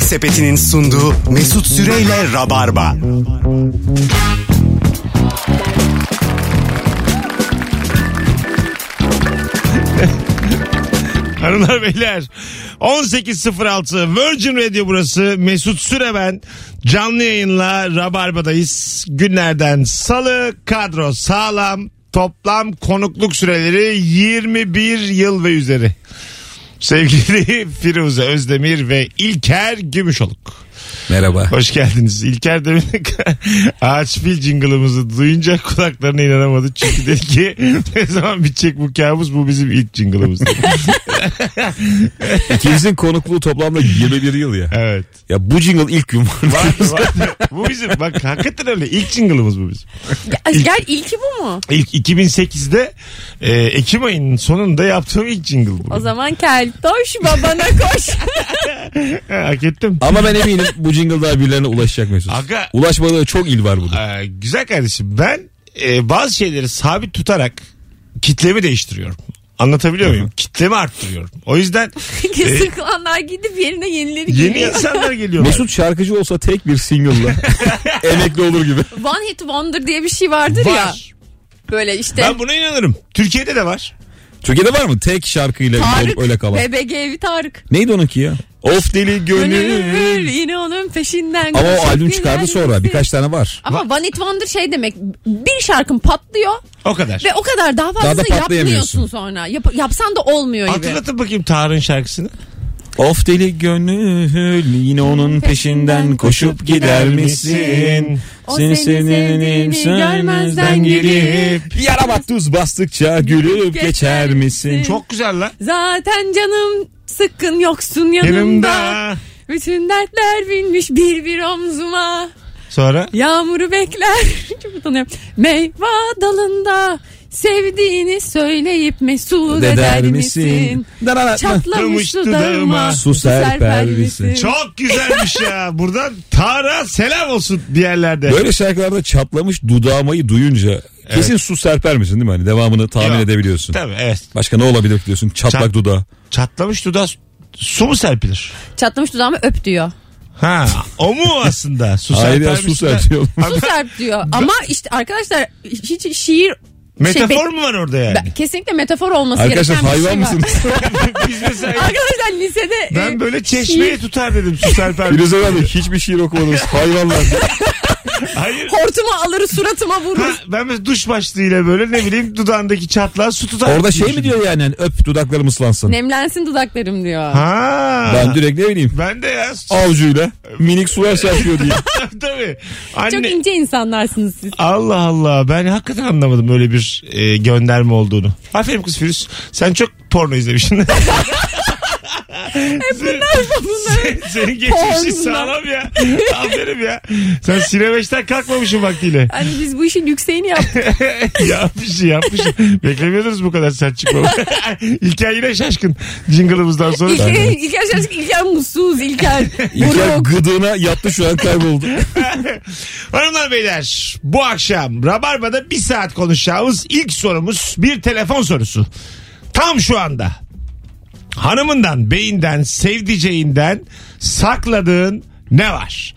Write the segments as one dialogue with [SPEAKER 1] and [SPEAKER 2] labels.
[SPEAKER 1] Sepeti'nin sunduğu Mesut Süreyle Rabarba.
[SPEAKER 2] Hanımlar beyler 18.06 Virgin Radio burası Mesut Süre ben canlı yayınla Rabarba'dayız günlerden salı kadro sağlam toplam konukluk süreleri 21 yıl ve üzeri sevgili Firuze Özdemir ve İlker Gümüşoluk
[SPEAKER 3] Merhaba.
[SPEAKER 2] hoş geldiniz İlker demin ağaç fil jingle'ımızı duyunca kulaklarına inanamadı çünkü dedi ki ne zaman bitecek bu kabus bu bizim ilk jingle'ımız dedi.
[SPEAKER 3] İkinizin konukluğu toplamda 21 yıl ya.
[SPEAKER 2] evet
[SPEAKER 3] Ya bu jingle ilk gün var.
[SPEAKER 2] Var, var. bu bizim bak hakikaten öyle. İlk jingle'ımız bu bizim.
[SPEAKER 4] Gel ilki bu mu?
[SPEAKER 2] İlk 2008'de e, Ekim ayının sonunda yaptığım ilk jingle bu.
[SPEAKER 4] O zaman keltoş babana koş.
[SPEAKER 2] Ha, hak ettim.
[SPEAKER 3] Ama ben eminim bu jingle daha birilerine ulaşacak Mesut.
[SPEAKER 2] Aga.
[SPEAKER 3] Ulaşmadığı çok il var burada.
[SPEAKER 2] Ee, güzel kardeşim ben e, bazı şeyleri sabit tutarak kitlemi değiştiriyorum. Anlatabiliyor muyum? Kitlemi arttırıyorum. O yüzden
[SPEAKER 3] E-
[SPEAKER 4] Sıkılanlar gidip yerine yenileri
[SPEAKER 2] yeni
[SPEAKER 4] geliyor.
[SPEAKER 2] insanlar geliyor.
[SPEAKER 3] Mesut şarkıcı olsa tek bir single'la emekli olur gibi.
[SPEAKER 4] One hit wonder diye bir şey vardır ya.
[SPEAKER 2] var.
[SPEAKER 4] Böyle işte
[SPEAKER 2] Ben buna inanırım. Türkiye'de de var.
[SPEAKER 3] Türkiye'de var mı tek şarkıyla
[SPEAKER 4] Tarık.
[SPEAKER 3] öyle kalan?
[SPEAKER 4] BBG evi Tarık.
[SPEAKER 3] Neydi onunki ya? Of deli
[SPEAKER 4] Gönül
[SPEAKER 3] gönül.
[SPEAKER 4] yine onun peşinden.
[SPEAKER 3] Ama o
[SPEAKER 4] koşup
[SPEAKER 3] albüm çıkardı
[SPEAKER 4] günler
[SPEAKER 3] sonra
[SPEAKER 4] geçti.
[SPEAKER 3] birkaç tane var.
[SPEAKER 4] Ama One Hit Wonder şey demek bir şarkın patlıyor
[SPEAKER 2] O kadar.
[SPEAKER 4] ve o kadar daha
[SPEAKER 3] Daha da
[SPEAKER 4] fazla yapmıyorsun
[SPEAKER 3] patlayamıyorsun.
[SPEAKER 4] sonra. Yap- yapsan da olmuyor gibi.
[SPEAKER 2] Hatırlatın bakayım Tarık'ın şarkısını.
[SPEAKER 3] Of deli gönül yine onun peşinden koşup gider misin?
[SPEAKER 4] O seni sevdiğini görmezden gelip
[SPEAKER 3] Yara bak tuz bastıkça gülüp
[SPEAKER 4] Geçer
[SPEAKER 3] geçer misin?
[SPEAKER 4] misin?
[SPEAKER 2] Çok güzel lan.
[SPEAKER 4] Zaten canım sıkkın yoksun yanımda.
[SPEAKER 2] Yanımda.
[SPEAKER 4] Bütün dertler binmiş bir bir omzuma.
[SPEAKER 2] Sonra
[SPEAKER 4] Yağmuru bekler. Çok utanıyorum. Meyva dalında sevdiğini söyleyip mesut
[SPEAKER 3] Ne
[SPEAKER 4] eder misin? Çatlamış
[SPEAKER 2] Çatlamıştı dağıma.
[SPEAKER 4] dudağıma
[SPEAKER 3] Su serper misin?
[SPEAKER 2] Çok güzelmiş ya. Buradan Tara selam olsun diğerlerde.
[SPEAKER 3] Böyle şarkılarda çatlamış dudağmayı duyunca kesin su serper misin değil mi? Hani devamını tahmin
[SPEAKER 2] Yok.
[SPEAKER 3] edebiliyorsun.
[SPEAKER 2] Tabii evet.
[SPEAKER 3] Başka ne olabilir diyorsun? Çatlak
[SPEAKER 2] Çat-
[SPEAKER 3] dudağı.
[SPEAKER 2] Çatlamış dudağa su- su mu serpilir?
[SPEAKER 4] Çatlamış dudağıma öp diyor.
[SPEAKER 2] Ha o mu aslında? Su
[SPEAKER 3] Hayır ya,
[SPEAKER 2] serpermiş
[SPEAKER 3] su Şey,
[SPEAKER 2] de-
[SPEAKER 3] serpiyor.
[SPEAKER 2] Abi,
[SPEAKER 4] Su serp diyor. Ama işte arkadaşlar hiç şiir
[SPEAKER 2] Metafor
[SPEAKER 4] şey, be-
[SPEAKER 2] mu var orada yani?
[SPEAKER 4] be- kesinlikle metafor olması
[SPEAKER 3] Arkadaşlar
[SPEAKER 4] gereken bir şey
[SPEAKER 3] hayvan
[SPEAKER 4] var.
[SPEAKER 3] mısınız?
[SPEAKER 2] Biz mesela
[SPEAKER 4] Arkadaşlar lisede
[SPEAKER 2] ben
[SPEAKER 4] e,
[SPEAKER 2] böyle
[SPEAKER 3] Şey-
[SPEAKER 2] çeşmeye tutar dedim su serpermiş.
[SPEAKER 3] Firuze Hanım hiçbir şiir okumadınız. Hayvanlar.
[SPEAKER 2] Hayır.
[SPEAKER 4] hortumu alır suratıma
[SPEAKER 2] Ha,
[SPEAKER 4] vurur.
[SPEAKER 2] ben mesela duş başlığıyla böyle ne bileyim dudağındaki çatlağa su tutar.
[SPEAKER 3] Orada şey mi diyor yani hani öp dudaklarım ıslansın.
[SPEAKER 4] Nemlensin dudaklarım diyor.
[SPEAKER 2] Ha.
[SPEAKER 3] Ben
[SPEAKER 2] Ben de,
[SPEAKER 3] direkt ne bileyim
[SPEAKER 2] ya.
[SPEAKER 3] avcuyla minik sular serpiyor diye.
[SPEAKER 2] Tabii.
[SPEAKER 4] Çok
[SPEAKER 2] Anne,
[SPEAKER 4] ince insanlarsınız siz.
[SPEAKER 2] Allah Allah ben hakikaten anlamadım öyle bir e, gönderme olduğunu. Aferin kız Firuz sen çok porno izlemişsin. Hep bunlar Senin, senin geçmişin
[SPEAKER 4] Porno.
[SPEAKER 2] sağlam ya. Aferin ya. Sen Sine beşten kalkmamışsın vaktiyle.
[SPEAKER 4] Hani biz bu işin yükseğini yaptık.
[SPEAKER 2] yapmışsın yapmışsın. Beklemiyordunuz bu kadar sert çıkmamı. İlker yine şaşkın. Jingle'ımızdan sonra.
[SPEAKER 4] İlker, İlker Şaşkın, İlker mutsuz, İlker.
[SPEAKER 3] İlker
[SPEAKER 4] Buruk.
[SPEAKER 3] gıdığına yattı şu an kayboldu.
[SPEAKER 2] Hanımlar beyler bu akşam Rabarba'da bir saat konuşacağımız ilk sorumuz bir telefon sorusu. Tam şu anda hanımından, beyinden, sevdiceğinden sakladığın ne var?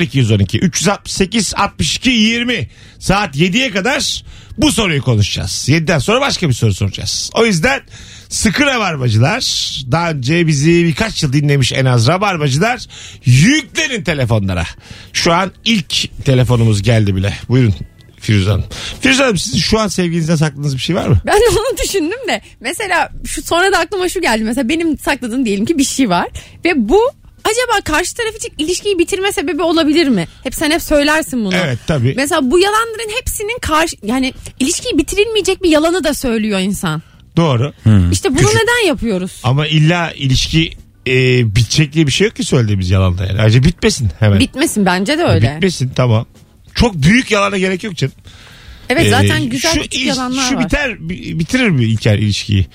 [SPEAKER 2] 0212 368 62 20 saat 7'ye kadar bu soruyu konuşacağız. 7'den sonra başka bir soru soracağız. O yüzden sıkı rabarbacılar daha önce bizi birkaç yıl dinlemiş en az rabarbacılar yüklenin telefonlara. Şu an ilk telefonumuz geldi bile. Buyurun Firuze Hanım. Firuze Hanım sizin şu an sevgilinizden sakladığınız bir şey var mı?
[SPEAKER 4] Ben de onu düşündüm de. Mesela şu sonra da aklıma şu geldi. Mesela benim sakladığım diyelim ki bir şey var. Ve bu acaba karşı taraf için ilişkiyi bitirme sebebi olabilir mi? Hep sen hep söylersin bunu.
[SPEAKER 2] Evet, tabii.
[SPEAKER 4] Mesela bu yalanların hepsinin karşı yani ilişkiyi bitirilmeyecek bir yalanı da söylüyor insan.
[SPEAKER 2] Doğru.
[SPEAKER 4] İşte bunu neden yapıyoruz?
[SPEAKER 2] Ama illa ilişki e, bitecek diye bir şey yok ki söylediğimiz yalanda yani. Ayrıca bitmesin hemen. E,
[SPEAKER 4] Bitmesin bence de öyle.
[SPEAKER 2] Bitmesin tamam. Çok büyük yalana gerek yok canım.
[SPEAKER 4] evet zaten
[SPEAKER 2] Ee,
[SPEAKER 4] güzel
[SPEAKER 2] şu
[SPEAKER 4] küçük
[SPEAKER 2] il-
[SPEAKER 4] yalanlar
[SPEAKER 2] Şu
[SPEAKER 4] var.
[SPEAKER 2] biter, bi- bitirir mi İlker ilişkiyi?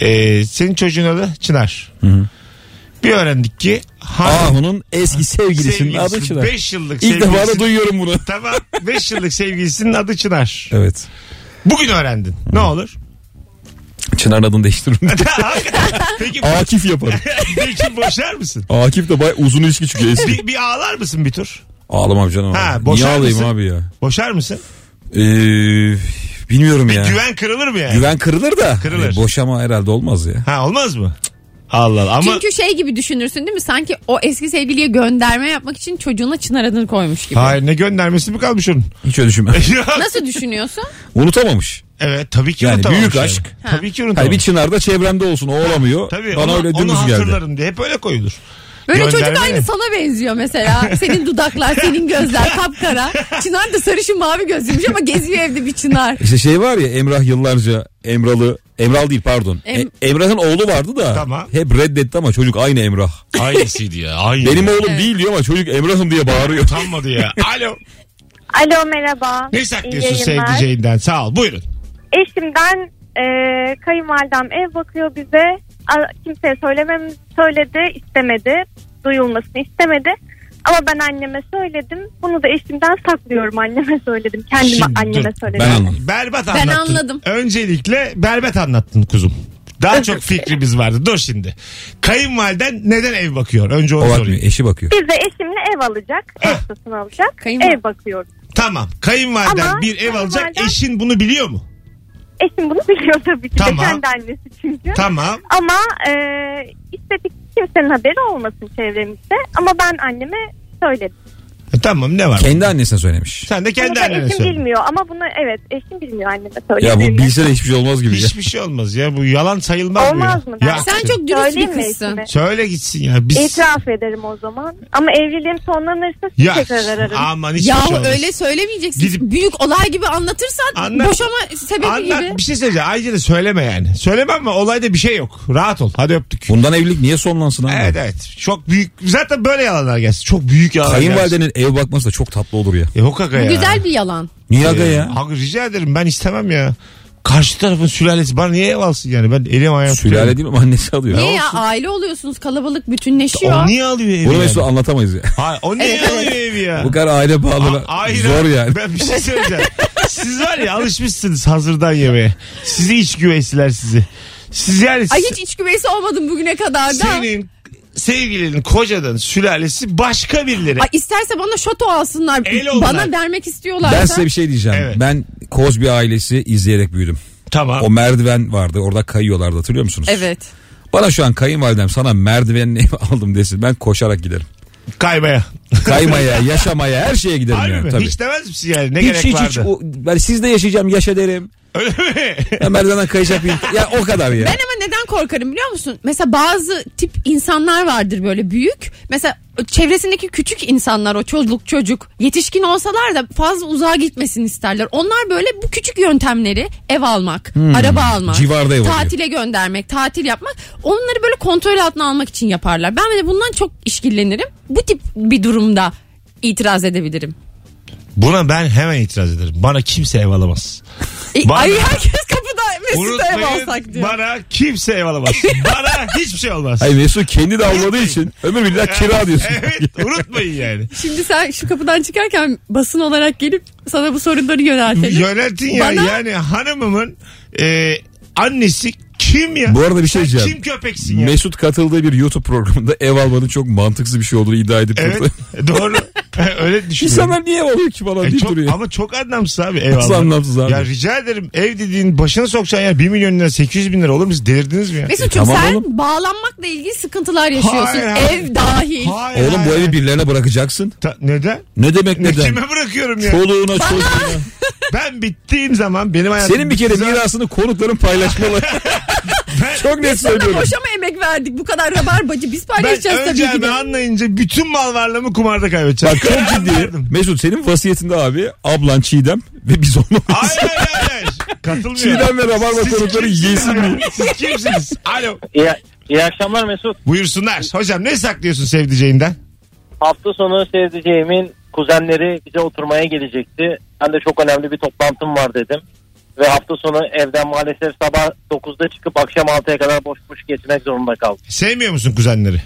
[SPEAKER 2] Ee, senin çocuğun adı Çınar. Bir öğrendik ki
[SPEAKER 3] Aa
[SPEAKER 2] hanım
[SPEAKER 3] Ah, onun eski sevgilisinin adı Çınar.
[SPEAKER 2] 5
[SPEAKER 3] İlk
[SPEAKER 2] yıllık sevgilisinin
[SPEAKER 3] defa da duyuyorum bunu.
[SPEAKER 2] Tamam 5 yıllık sevgilisinin adı Çınar.
[SPEAKER 3] Evet.
[SPEAKER 2] Bugün öğrendin. Ne olur?
[SPEAKER 3] Çınar adını değiştiririm.
[SPEAKER 2] Peki,
[SPEAKER 3] Akif yaparım.
[SPEAKER 2] peki boşar mısın?
[SPEAKER 3] Akif de bay uzun ilişki çünkü eski.
[SPEAKER 2] Bir, bir ağlar mısın bir tur?
[SPEAKER 3] Ağlamam canım.
[SPEAKER 2] Ha,
[SPEAKER 3] Niye
[SPEAKER 2] boşar
[SPEAKER 3] ağlayayım
[SPEAKER 2] mısın?
[SPEAKER 3] abi ya?
[SPEAKER 2] Boşar mısın?
[SPEAKER 3] Ee, bilmiyorum ya. Güven,
[SPEAKER 2] Güven kırılır mı yani?
[SPEAKER 3] kırılır da.
[SPEAKER 2] Kırılır.
[SPEAKER 3] Hani boşama herhalde olmaz ya.
[SPEAKER 2] Ha olmaz mı? Allah Allah. Ama
[SPEAKER 4] Çünkü şey gibi düşünürsün değil mi? Sanki o eski sevgiliye gönderme yapmak için çocuğuna çınar adını koymuş gibi.
[SPEAKER 2] Hayır ne göndermesi mi kalmış onun?
[SPEAKER 3] Hiç öyle düşünme.
[SPEAKER 4] Nasıl düşünüyorsun?
[SPEAKER 3] Unutamamış.
[SPEAKER 2] evet tabii ki
[SPEAKER 3] Yani
[SPEAKER 2] unutamamış.
[SPEAKER 3] büyük
[SPEAKER 2] yani.
[SPEAKER 3] aşk.
[SPEAKER 2] Tabii ki
[SPEAKER 3] Hani bir
[SPEAKER 2] unutamamış.
[SPEAKER 3] çınar da çevremde olsun o olamıyor.
[SPEAKER 2] Tabii
[SPEAKER 3] Bana
[SPEAKER 2] onu,
[SPEAKER 3] öyle
[SPEAKER 2] onu
[SPEAKER 3] dümdüz geldi.
[SPEAKER 2] hatırlarım diye hep öyle koyulur.
[SPEAKER 4] Böyle çocuk
[SPEAKER 2] Gönderme
[SPEAKER 4] aynı
[SPEAKER 2] ne?
[SPEAKER 4] sana benziyor mesela. Senin dudaklar, senin gözler kapkara. Çınar da sarışın mavi gözlüymüş ama geziyor evde bir çınar.
[SPEAKER 3] İşte şey var ya Emrah yıllarca Emralı Emral değil pardon.
[SPEAKER 4] Em-
[SPEAKER 3] E- Emrah'ın oğlu vardı da
[SPEAKER 2] Tamam.
[SPEAKER 3] hep reddetti ama çocuk aynı Emrah.
[SPEAKER 2] Aynısıydı ya. Aynı.
[SPEAKER 3] Benim oğlum değil diyor ama çocuk Emrah'ım diye bağırıyor.
[SPEAKER 2] Utanmadı ya. Alo.
[SPEAKER 5] Alo merhaba.
[SPEAKER 2] Ne
[SPEAKER 5] İyi
[SPEAKER 2] saklıyorsun
[SPEAKER 5] yayınlar.
[SPEAKER 2] sevdiceğinden? Sağ ol. Buyurun.
[SPEAKER 5] Eşimden e, kayınvalidem ev bakıyor bize. A- Kimseye söylemem söyledi istemedi. Duyulmasını istemedi. Ama ben anneme söyledim. Bunu da eşimden saklıyorum anneme söyledim. Kendime
[SPEAKER 2] Şimdi
[SPEAKER 5] anneme
[SPEAKER 2] dur.
[SPEAKER 5] söyledim.
[SPEAKER 3] Ben anladım.
[SPEAKER 2] Berbat
[SPEAKER 4] Ben
[SPEAKER 2] anlattın.
[SPEAKER 4] anladım.
[SPEAKER 2] Öncelikle berbat anlattın kuzum. Daha çok fikrimiz vardı. Dur şimdi. Kayınvaliden neden ev bakıyor? Önce onu
[SPEAKER 3] O
[SPEAKER 2] sorayım.
[SPEAKER 3] bakmıyor eşi bakıyor.
[SPEAKER 5] Biz de eşimle ev alacak. Ev satın alacak.
[SPEAKER 4] Kayınval-
[SPEAKER 5] Ev bakıyoruz.
[SPEAKER 2] Tamam. Kayınvaliden
[SPEAKER 5] Ama
[SPEAKER 2] bir ev alacak.
[SPEAKER 5] kayınvaliden-
[SPEAKER 2] Eşin bunu biliyor mu?
[SPEAKER 5] Eşim bunu biliyor tabii ki
[SPEAKER 2] Tamam.
[SPEAKER 5] de kendi annesi çünkü.
[SPEAKER 2] Tamam.
[SPEAKER 5] Ama e, istedik kimsenin haberi olmasın çevremizde. Ama ben anneme söyledim.
[SPEAKER 2] E, tamam ne var?
[SPEAKER 3] Kendi annesine söylemiş.
[SPEAKER 2] Sen de
[SPEAKER 5] Bunu
[SPEAKER 2] kendi
[SPEAKER 5] da
[SPEAKER 2] annene
[SPEAKER 5] eşim
[SPEAKER 2] söyle.
[SPEAKER 5] bilmiyor ama bunu evet eşim bilmiyor anneme
[SPEAKER 3] Ya bu
[SPEAKER 5] söylediğimi.
[SPEAKER 3] bilse de hiçbir şey olmaz gibi ya.
[SPEAKER 2] Hiçbir şey olmaz ya. Bu yalan sayılmaz
[SPEAKER 5] Olmaz
[SPEAKER 2] bu
[SPEAKER 5] mı?
[SPEAKER 2] ya.
[SPEAKER 5] Ben-
[SPEAKER 2] Ya,
[SPEAKER 4] Sen çok dürüst
[SPEAKER 5] Söyleyeyim
[SPEAKER 4] bir
[SPEAKER 5] mi
[SPEAKER 4] kızsın.
[SPEAKER 5] eşime?
[SPEAKER 2] Söyle gitsin ya. Biz...
[SPEAKER 5] İtiraf ederim o zaman. Ama evliliğim sonlanırsa sizi
[SPEAKER 2] Ya
[SPEAKER 5] tekrar ararım.
[SPEAKER 2] aman hiçbir
[SPEAKER 4] Ya
[SPEAKER 2] şey olmaz.
[SPEAKER 4] öyle söylemeyeceksin.
[SPEAKER 2] Gidip-
[SPEAKER 4] Büyük olay gibi anlatırsan
[SPEAKER 2] Anlat.
[SPEAKER 4] boşama sebebi
[SPEAKER 2] Anlat
[SPEAKER 4] gibi.
[SPEAKER 2] bir şey söyleyeceğim. Ayrıca da söyleme yani. Söylemem ama olayda bir şey yok. Rahat ol. Hadi öptük.
[SPEAKER 3] Bundan evlilik niye sonlansın abi?
[SPEAKER 2] Evet evet. Çok büyük. Zaten böyle yalanlar gelsin. Çok büyük yalanlar gelsin.
[SPEAKER 3] Kayınvalidenin ev bakması da çok tatlı olur ya.
[SPEAKER 2] E, yok aga
[SPEAKER 4] Bu
[SPEAKER 2] ya.
[SPEAKER 4] güzel bir yalan.
[SPEAKER 3] Niye aga ya?
[SPEAKER 2] Aga rica ederim ben istemem ya. Karşı tarafın sülalesi bana niye ev alsın yani? Ben elim ayağım
[SPEAKER 3] Sülale değil mi annesi alıyor.
[SPEAKER 4] Niye ya aile oluyorsunuz kalabalık bütünleşiyor.
[SPEAKER 2] O niye alıyor evi
[SPEAKER 3] Bunu
[SPEAKER 2] yani?
[SPEAKER 3] mesela anlatamayız ya.
[SPEAKER 2] Ha, o niye
[SPEAKER 4] Evet,
[SPEAKER 2] alıyor evi ya?
[SPEAKER 3] Bu kadar aile bağlı.
[SPEAKER 2] A- ayrı.
[SPEAKER 3] Zor yani.
[SPEAKER 2] Ben bir şey söyleyeceğim. Siz var ya alışmışsınız hazırdan yemeğe. Sizi iç güveysiler sizi. Siz yani
[SPEAKER 4] Ay hiç iç güveysi olmadım bugüne kadar da.
[SPEAKER 2] senin sevgilinin kocadan sülalesi başka birileri.
[SPEAKER 4] Ay isterse bana şoto alsınlar.
[SPEAKER 2] El
[SPEAKER 4] bana
[SPEAKER 2] oldular.
[SPEAKER 4] vermek istiyorlarsa.
[SPEAKER 3] Ben size bir şey diyeceğim.
[SPEAKER 2] Evet.
[SPEAKER 3] Ben Kozbi ailesi izleyerek büyüdüm.
[SPEAKER 2] tamam.
[SPEAKER 3] O merdiven vardı orada kayıyorlardı hatırlıyor musunuz?
[SPEAKER 4] Evet.
[SPEAKER 3] Bana şu an kayınvalidem sana merdivenini aldım desin ben koşarak giderim.
[SPEAKER 2] Kaymaya.
[SPEAKER 3] Kaymaya, yaşamaya her şeye giderim
[SPEAKER 2] Harbi
[SPEAKER 3] yani
[SPEAKER 2] mi?
[SPEAKER 3] tabii.
[SPEAKER 2] Hiç demez misin yani? Ne
[SPEAKER 3] Hiç
[SPEAKER 2] gerek
[SPEAKER 3] hiç
[SPEAKER 2] vardı?
[SPEAKER 3] hiç. O, ben sizde yaşayacağım yaşa derim.
[SPEAKER 2] Öyle mi?
[SPEAKER 3] Ben merdivenden kayacak bir... Ya o kadar ya.
[SPEAKER 4] Ben ama neden korkarım biliyor musun? Mesela bazı tip insanlar vardır böyle büyük. Mesela çevresindeki küçük insanlar o çocuk çocuk yetişkin olsalar da fazla uzağa gitmesini isterler. Onlar böyle bu küçük yöntemleri ev almak, araba almak,
[SPEAKER 3] Hmm. Civarda ev oluyor.
[SPEAKER 4] tatile göndermek, tatil yapmak onları böyle kontrol altına almak için yaparlar. Ben de bundan çok işkillenirim. Bu tip bir durumda itiraz edebilirim.
[SPEAKER 2] Buna ben hemen itiraz ederim. Bana kimse ev alamaz.
[SPEAKER 4] E,
[SPEAKER 2] Bana-
[SPEAKER 4] ay herkes kapıda Mesut'a ev alsak
[SPEAKER 2] Unutmayın
[SPEAKER 4] diyor.
[SPEAKER 2] bana kimse ev alamaz. bana hiçbir şey olmaz.
[SPEAKER 3] Hayır Mesut kendi de avladığı için ömür billah kira diyorsun.
[SPEAKER 2] evet unutmayın yani.
[SPEAKER 4] Şimdi sen şu kapıdan çıkarken basın olarak gelip sana bu soruları yöneltelim.
[SPEAKER 2] Yöneltin ya
[SPEAKER 4] Bana-
[SPEAKER 2] yani hanımımın e, annesi kim ya?
[SPEAKER 3] Bu arada bir şey
[SPEAKER 2] Sen
[SPEAKER 3] diyeceğim.
[SPEAKER 2] Kim köpeksin ya?
[SPEAKER 3] Mesut katıldığı bir YouTube programında ev almanın çok mantıksız bir şey olduğunu iddia edip
[SPEAKER 2] evet
[SPEAKER 3] durdu.
[SPEAKER 2] doğru. Öyle düşünüyorum.
[SPEAKER 3] İnsanlar niye ev alıyor ki falan
[SPEAKER 2] E,
[SPEAKER 3] deyip
[SPEAKER 2] çok-
[SPEAKER 3] duruyor.
[SPEAKER 2] ama çok anlamsız abi ev
[SPEAKER 3] Nasıl
[SPEAKER 2] almak.
[SPEAKER 3] anlamsız abi?
[SPEAKER 2] Ya rica ederim ev dediğin başına sokacağın yer 1 milyon lira 800 bin lira olur mu? Siz Delirdiniz mi ya?
[SPEAKER 4] Mesut'cum
[SPEAKER 3] E, tamam
[SPEAKER 4] sen
[SPEAKER 3] oğlum.
[SPEAKER 4] bağlanmakla ilgili sıkıntılar yaşıyorsun.
[SPEAKER 2] Hayır, hayır.
[SPEAKER 4] Ev dahil.
[SPEAKER 2] Hayır,
[SPEAKER 3] Oğlum bu
[SPEAKER 2] hayır.
[SPEAKER 3] evi birilerine bırakacaksın.
[SPEAKER 2] Ta- neden?
[SPEAKER 3] Ne demek
[SPEAKER 2] Ne
[SPEAKER 3] neden?
[SPEAKER 2] kime bırakıyorum ya?
[SPEAKER 3] Çoluğuna çocuğuna.
[SPEAKER 2] Ben bittiğim zaman benim hayatım...
[SPEAKER 3] Senin bir kere
[SPEAKER 2] bittiği zaman-
[SPEAKER 3] mirasını konukların paylaşmalı. Çok net
[SPEAKER 4] Sana
[SPEAKER 3] söylüyorum.
[SPEAKER 4] boşama emek verdik. Bu kadar rabarbacı biz paylaşacağız
[SPEAKER 2] Ben
[SPEAKER 4] tabii ki
[SPEAKER 2] öleceğimi
[SPEAKER 4] de.
[SPEAKER 2] anlayınca bütün mal varlığımı kumarda kaybedeceğim.
[SPEAKER 3] Bak çok ciddi.
[SPEAKER 2] Verdim.
[SPEAKER 3] Mesut senin vasiyetinde abi ablan Çiğdem ve biz olmamız.
[SPEAKER 2] Hayır hayır hayır. Katılmıyor.
[SPEAKER 3] Çiğdem ve Rabarba
[SPEAKER 2] Siz
[SPEAKER 3] konukları
[SPEAKER 2] kimsiniz?
[SPEAKER 3] yesin diye.
[SPEAKER 2] Siz kimsiniz? Alo.
[SPEAKER 6] İyi, iyi akşamlar Mesut.
[SPEAKER 2] Buyursunlar. Hocam ne saklıyorsun sevdiceğinden?
[SPEAKER 6] Hafta sonu sevdiceğimin kuzenleri bize oturmaya gelecekti. Ben de çok önemli bir toplantım var dedim. Ve hafta sonu evden maalesef sabah 9'da çıkıp akşam 6'ya kadar boş boş geçmek zorunda kaldım.
[SPEAKER 2] Sevmiyor musun kuzenleri?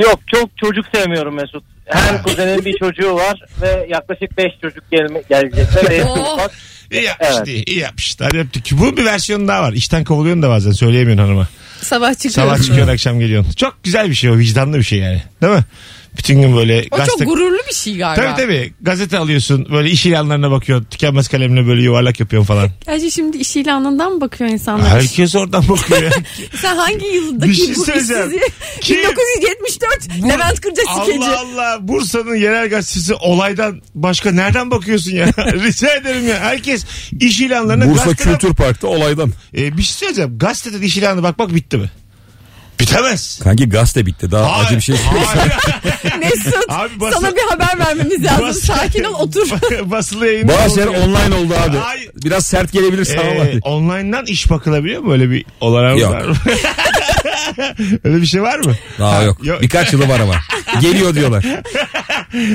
[SPEAKER 6] Yok çok çocuk sevmiyorum Mesut. Her kuzenin bir çocuğu var ve yaklaşık 5 çocuk gelme, gelecekler. Hepsi
[SPEAKER 4] Oh.
[SPEAKER 6] ufak.
[SPEAKER 2] İyi yapmış
[SPEAKER 6] Evet.
[SPEAKER 2] diye. İyi yapmış. Hadi öptük. Bunun bir versiyonu daha var. İşten kovuluyorsun da bazen söyleyemiyorsun hanıma.
[SPEAKER 4] Sabah çıkıyorsun.
[SPEAKER 2] Sabah çıkıyorsun akşam geliyorsun. Çok güzel bir şey o vicdanlı bir şey yani. Değil mi? Bütün gün böyle
[SPEAKER 4] O çok gururlu bir şey galiba.
[SPEAKER 2] Tabii tabii. Gazete alıyorsun. Böyle iş ilanlarına bakıyorsun. Tükenmez kalemle böyle yuvarlak yapıyorsun falan.
[SPEAKER 4] Gerçi şimdi iş ilanından mı bakıyor insanlar?
[SPEAKER 2] Herkes oradan bakıyor. ya.
[SPEAKER 4] Sen hangi yıldaki
[SPEAKER 2] Bir şey
[SPEAKER 4] bu
[SPEAKER 2] söyleyeceğim.
[SPEAKER 4] işsizliği?
[SPEAKER 2] Kim?
[SPEAKER 4] 1974
[SPEAKER 2] Bu-
[SPEAKER 4] Levent Kırca skeci.
[SPEAKER 2] Allah Allah. Bursa'nın yerel gazetesi olaydan başka nereden bakıyorsun ya? Rica ederim ya. Herkes iş ilanlarına
[SPEAKER 3] Bursa
[SPEAKER 2] gazeteden-
[SPEAKER 3] Kültür Park'ta olaydan.
[SPEAKER 2] E, bir şey söyleyeceğim. Gazetede iş ilanına bakmak bitti mi? Bitemez.
[SPEAKER 3] Kanki gazete bitti daha
[SPEAKER 2] Hayır.
[SPEAKER 3] acı bir şey.
[SPEAKER 2] Hayır.
[SPEAKER 4] Mesut
[SPEAKER 2] Abi basın-
[SPEAKER 4] sana bir haber vermemiz lazım.
[SPEAKER 2] Basın-
[SPEAKER 4] Sakin ol otur.
[SPEAKER 2] Basılı yayın.
[SPEAKER 3] Bazı şeyler online oldu abi.
[SPEAKER 2] Hayır.
[SPEAKER 3] Biraz sert gelebilir sana ama.
[SPEAKER 2] Ee, online'dan iş bakılabiliyor mu? Öyle bir olarak
[SPEAKER 3] Yok.
[SPEAKER 2] var mı? Öyle bir şey var mı?
[SPEAKER 3] Daha yok.
[SPEAKER 2] yok.
[SPEAKER 3] Birkaç yılı var ama. Geliyor diyorlar.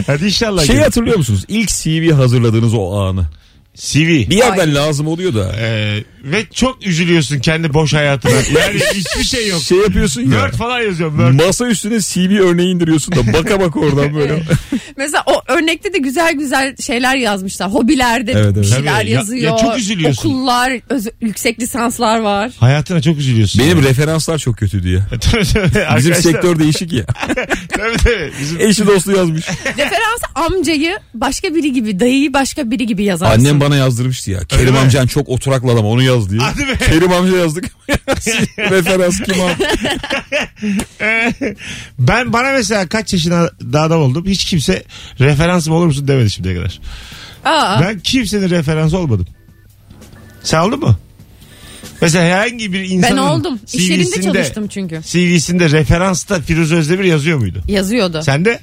[SPEAKER 2] Hadi inşallah.
[SPEAKER 3] Şeyi
[SPEAKER 2] gel.
[SPEAKER 3] hatırlıyor musunuz? İlk CV hazırladığınız o anı.
[SPEAKER 2] CV.
[SPEAKER 3] Bir yerden lazım oluyor da.
[SPEAKER 2] Ee, ve çok üzülüyorsun kendi boş hayatına. Yani hiçbir şey yok.
[SPEAKER 3] Şey yapıyorsun ya.
[SPEAKER 2] Word falan yazıyorum. Word.
[SPEAKER 3] Masa üstüne CV örneği indiriyorsun da baka bak oradan böyle.
[SPEAKER 4] Mesela o örnekte de güzel güzel şeyler yazmışlar. Hobilerde
[SPEAKER 3] Evet,
[SPEAKER 4] bir
[SPEAKER 3] evet.
[SPEAKER 4] şeyler
[SPEAKER 2] Tabii, ya-
[SPEAKER 4] yazıyor.
[SPEAKER 2] ya çok üzülüyorsun.
[SPEAKER 4] Okullar, öz- yüksek lisanslar var.
[SPEAKER 2] Hayatına çok üzülüyorsun.
[SPEAKER 3] Benim referanslar çok kötüydü ya.
[SPEAKER 2] Tabii, tabii.
[SPEAKER 3] Bizim
[SPEAKER 2] Arkadaşlar-
[SPEAKER 3] sektör değişik ya.
[SPEAKER 2] Tabii tabii. Bizim...
[SPEAKER 3] Eşi dostu yazmış.
[SPEAKER 4] Referans amcayı başka biri gibi, dayıyı başka biri gibi yazarsın.
[SPEAKER 3] Annem bana yazdırmıştı ya. Kerim
[SPEAKER 2] mi?
[SPEAKER 3] amcan çok oturaklı adam onu yaz diye.
[SPEAKER 2] Hadi be.
[SPEAKER 3] Kerim amca yazdık. Referans kim abi?
[SPEAKER 2] ben bana mesela kaç yaşına da adam oldum. Hiç kimse referansım olur musun demedi şimdiye kadar.
[SPEAKER 4] Aa,
[SPEAKER 2] Ben kimsenin referansı olmadım. Sen oldun mu? Mesela herhangi bir
[SPEAKER 4] ben
[SPEAKER 2] insanın
[SPEAKER 4] oldum. İş yerinde
[SPEAKER 2] CV'sinde
[SPEAKER 4] çalıştım çünkü.
[SPEAKER 2] CV'sinde referansta Firuze Özdemir yazıyor muydu?
[SPEAKER 4] Yazıyordu.
[SPEAKER 2] Sen de?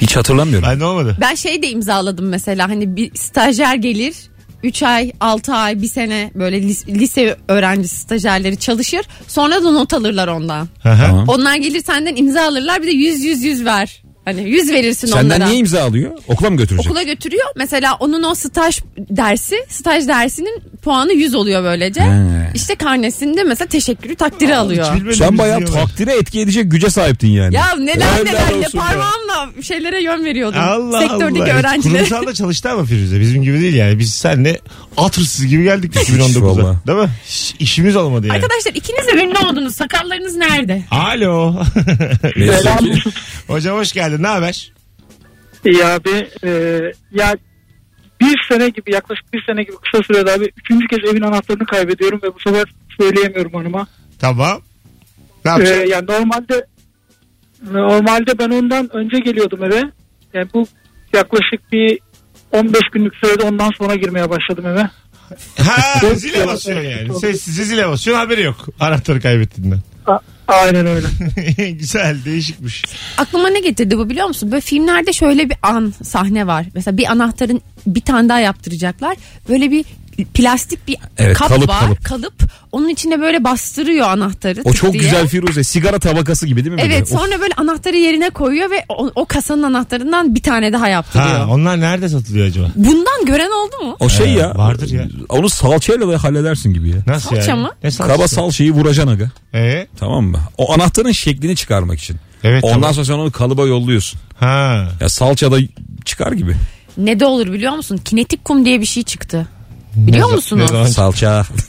[SPEAKER 3] Hiç hatırlamıyorum.
[SPEAKER 2] Ben de olmadı.
[SPEAKER 4] Ben şey de imzaladım mesela hani bir stajyer gelir 3 ay, 6 ay, 1 sene böyle lis- lise öğrencisi stajyerleri çalışır. Sonra da not alırlar ondan.
[SPEAKER 2] Aha.
[SPEAKER 3] Tamam.
[SPEAKER 4] Onlar gelir senden imza alırlar bir de 100 100 100 ver. Hani 100 verirsin
[SPEAKER 3] Senden
[SPEAKER 4] onlara.
[SPEAKER 3] niye imza alıyor? Okula mı götürecek?
[SPEAKER 4] Okula götürüyor. Mesela onun o staj dersi, staj dersinin puanı 100 oluyor böylece.
[SPEAKER 3] He.
[SPEAKER 4] İşte karnesinde mesela teşekkürü takdiri alıyor.
[SPEAKER 2] Hiç bilmediğimiz
[SPEAKER 3] Sen bayağı
[SPEAKER 2] diyorlar.
[SPEAKER 3] takdire etki edecek güce sahiptin yani.
[SPEAKER 4] Ya neler
[SPEAKER 3] Helal
[SPEAKER 4] neler ne
[SPEAKER 3] olsun ya.
[SPEAKER 4] parmağımla bir şeylere yön veriyordum.
[SPEAKER 2] Allah
[SPEAKER 4] Sektördeki
[SPEAKER 2] Allah.
[SPEAKER 4] öğrencilere.
[SPEAKER 2] Kurumsalda çalıştı ama Firuze. Bizim gibi değil yani. Biz senle at hırsızı gibi geldik
[SPEAKER 3] valla.
[SPEAKER 2] 2019'a. Değil mi? Hiç işimiz olmadı yani.
[SPEAKER 4] Arkadaşlar ikiniz de ünlü oldunuz. Sakallarınız nerede?
[SPEAKER 2] Alo.
[SPEAKER 3] Neyse ki-
[SPEAKER 2] Hocam hoş geldin. Ne haber?
[SPEAKER 7] İyi abi. eee, ya bir sene gibi yaklaşık bir sene gibi kısa sürede abi üçüncü kez evin anahtarını kaybediyorum ve bu sefer söyleyemiyorum hanıma.
[SPEAKER 2] Tamam. Ne
[SPEAKER 7] Eee,
[SPEAKER 2] yapacaksın?
[SPEAKER 7] yani normalde normalde ben ondan önce geliyordum eve. Yani bu yaklaşık bir 15 günlük sürede ondan sonra girmeye başladım eve.
[SPEAKER 2] ha zile basıyorsun yani. Sessiz zile basıyorsun haberi yok. Anahtarı kaybettiğinden.
[SPEAKER 7] A- aynen öyle.
[SPEAKER 2] Güzel değişikmiş.
[SPEAKER 4] Aklıma ne getirdi bu biliyor musun? Böyle filmlerde şöyle bir an sahne var. Mesela bir anahtarın bir tane daha yaptıracaklar. Böyle bir plastik bir
[SPEAKER 3] Evet,
[SPEAKER 4] kap
[SPEAKER 3] kalıp,
[SPEAKER 4] var.
[SPEAKER 3] kalıp.
[SPEAKER 4] Kalıp. Onun içine böyle bastırıyor anahtarı.
[SPEAKER 3] O
[SPEAKER 4] tık
[SPEAKER 3] çok
[SPEAKER 4] diye.
[SPEAKER 3] güzel Firuze. Sigara tabakası gibi değil mi? böyle?
[SPEAKER 4] Evet
[SPEAKER 3] Of.
[SPEAKER 4] sonra böyle anahtarı yerine koyuyor ve o, o kasanın anahtarından bir tane daha yaptırıyor.
[SPEAKER 2] Ha, onlar nerede satılıyor acaba?
[SPEAKER 4] Bundan gören oldu mu?
[SPEAKER 3] O şey ya.
[SPEAKER 2] vardır ya.
[SPEAKER 3] Onu salçayla da halledersin gibi ya.
[SPEAKER 2] Nasıl
[SPEAKER 4] Salça
[SPEAKER 2] yani?
[SPEAKER 4] mı?
[SPEAKER 2] Ne
[SPEAKER 3] Kaba salçayı vuracaksın aga.
[SPEAKER 2] Ee?
[SPEAKER 3] Tamam mı? O anahtarın şeklini çıkarmak için.
[SPEAKER 2] Evet,
[SPEAKER 3] Ondan
[SPEAKER 2] tamam.
[SPEAKER 3] sonra sen onu kalıba yolluyorsun.
[SPEAKER 2] Ha.
[SPEAKER 3] Ya salça da çıkar gibi.
[SPEAKER 4] Ne de olur biliyor musun? Kinetik kum diye bir şey çıktı. Biliyor
[SPEAKER 2] Ne- ne
[SPEAKER 4] musunuz?
[SPEAKER 2] zaman-
[SPEAKER 3] Salça.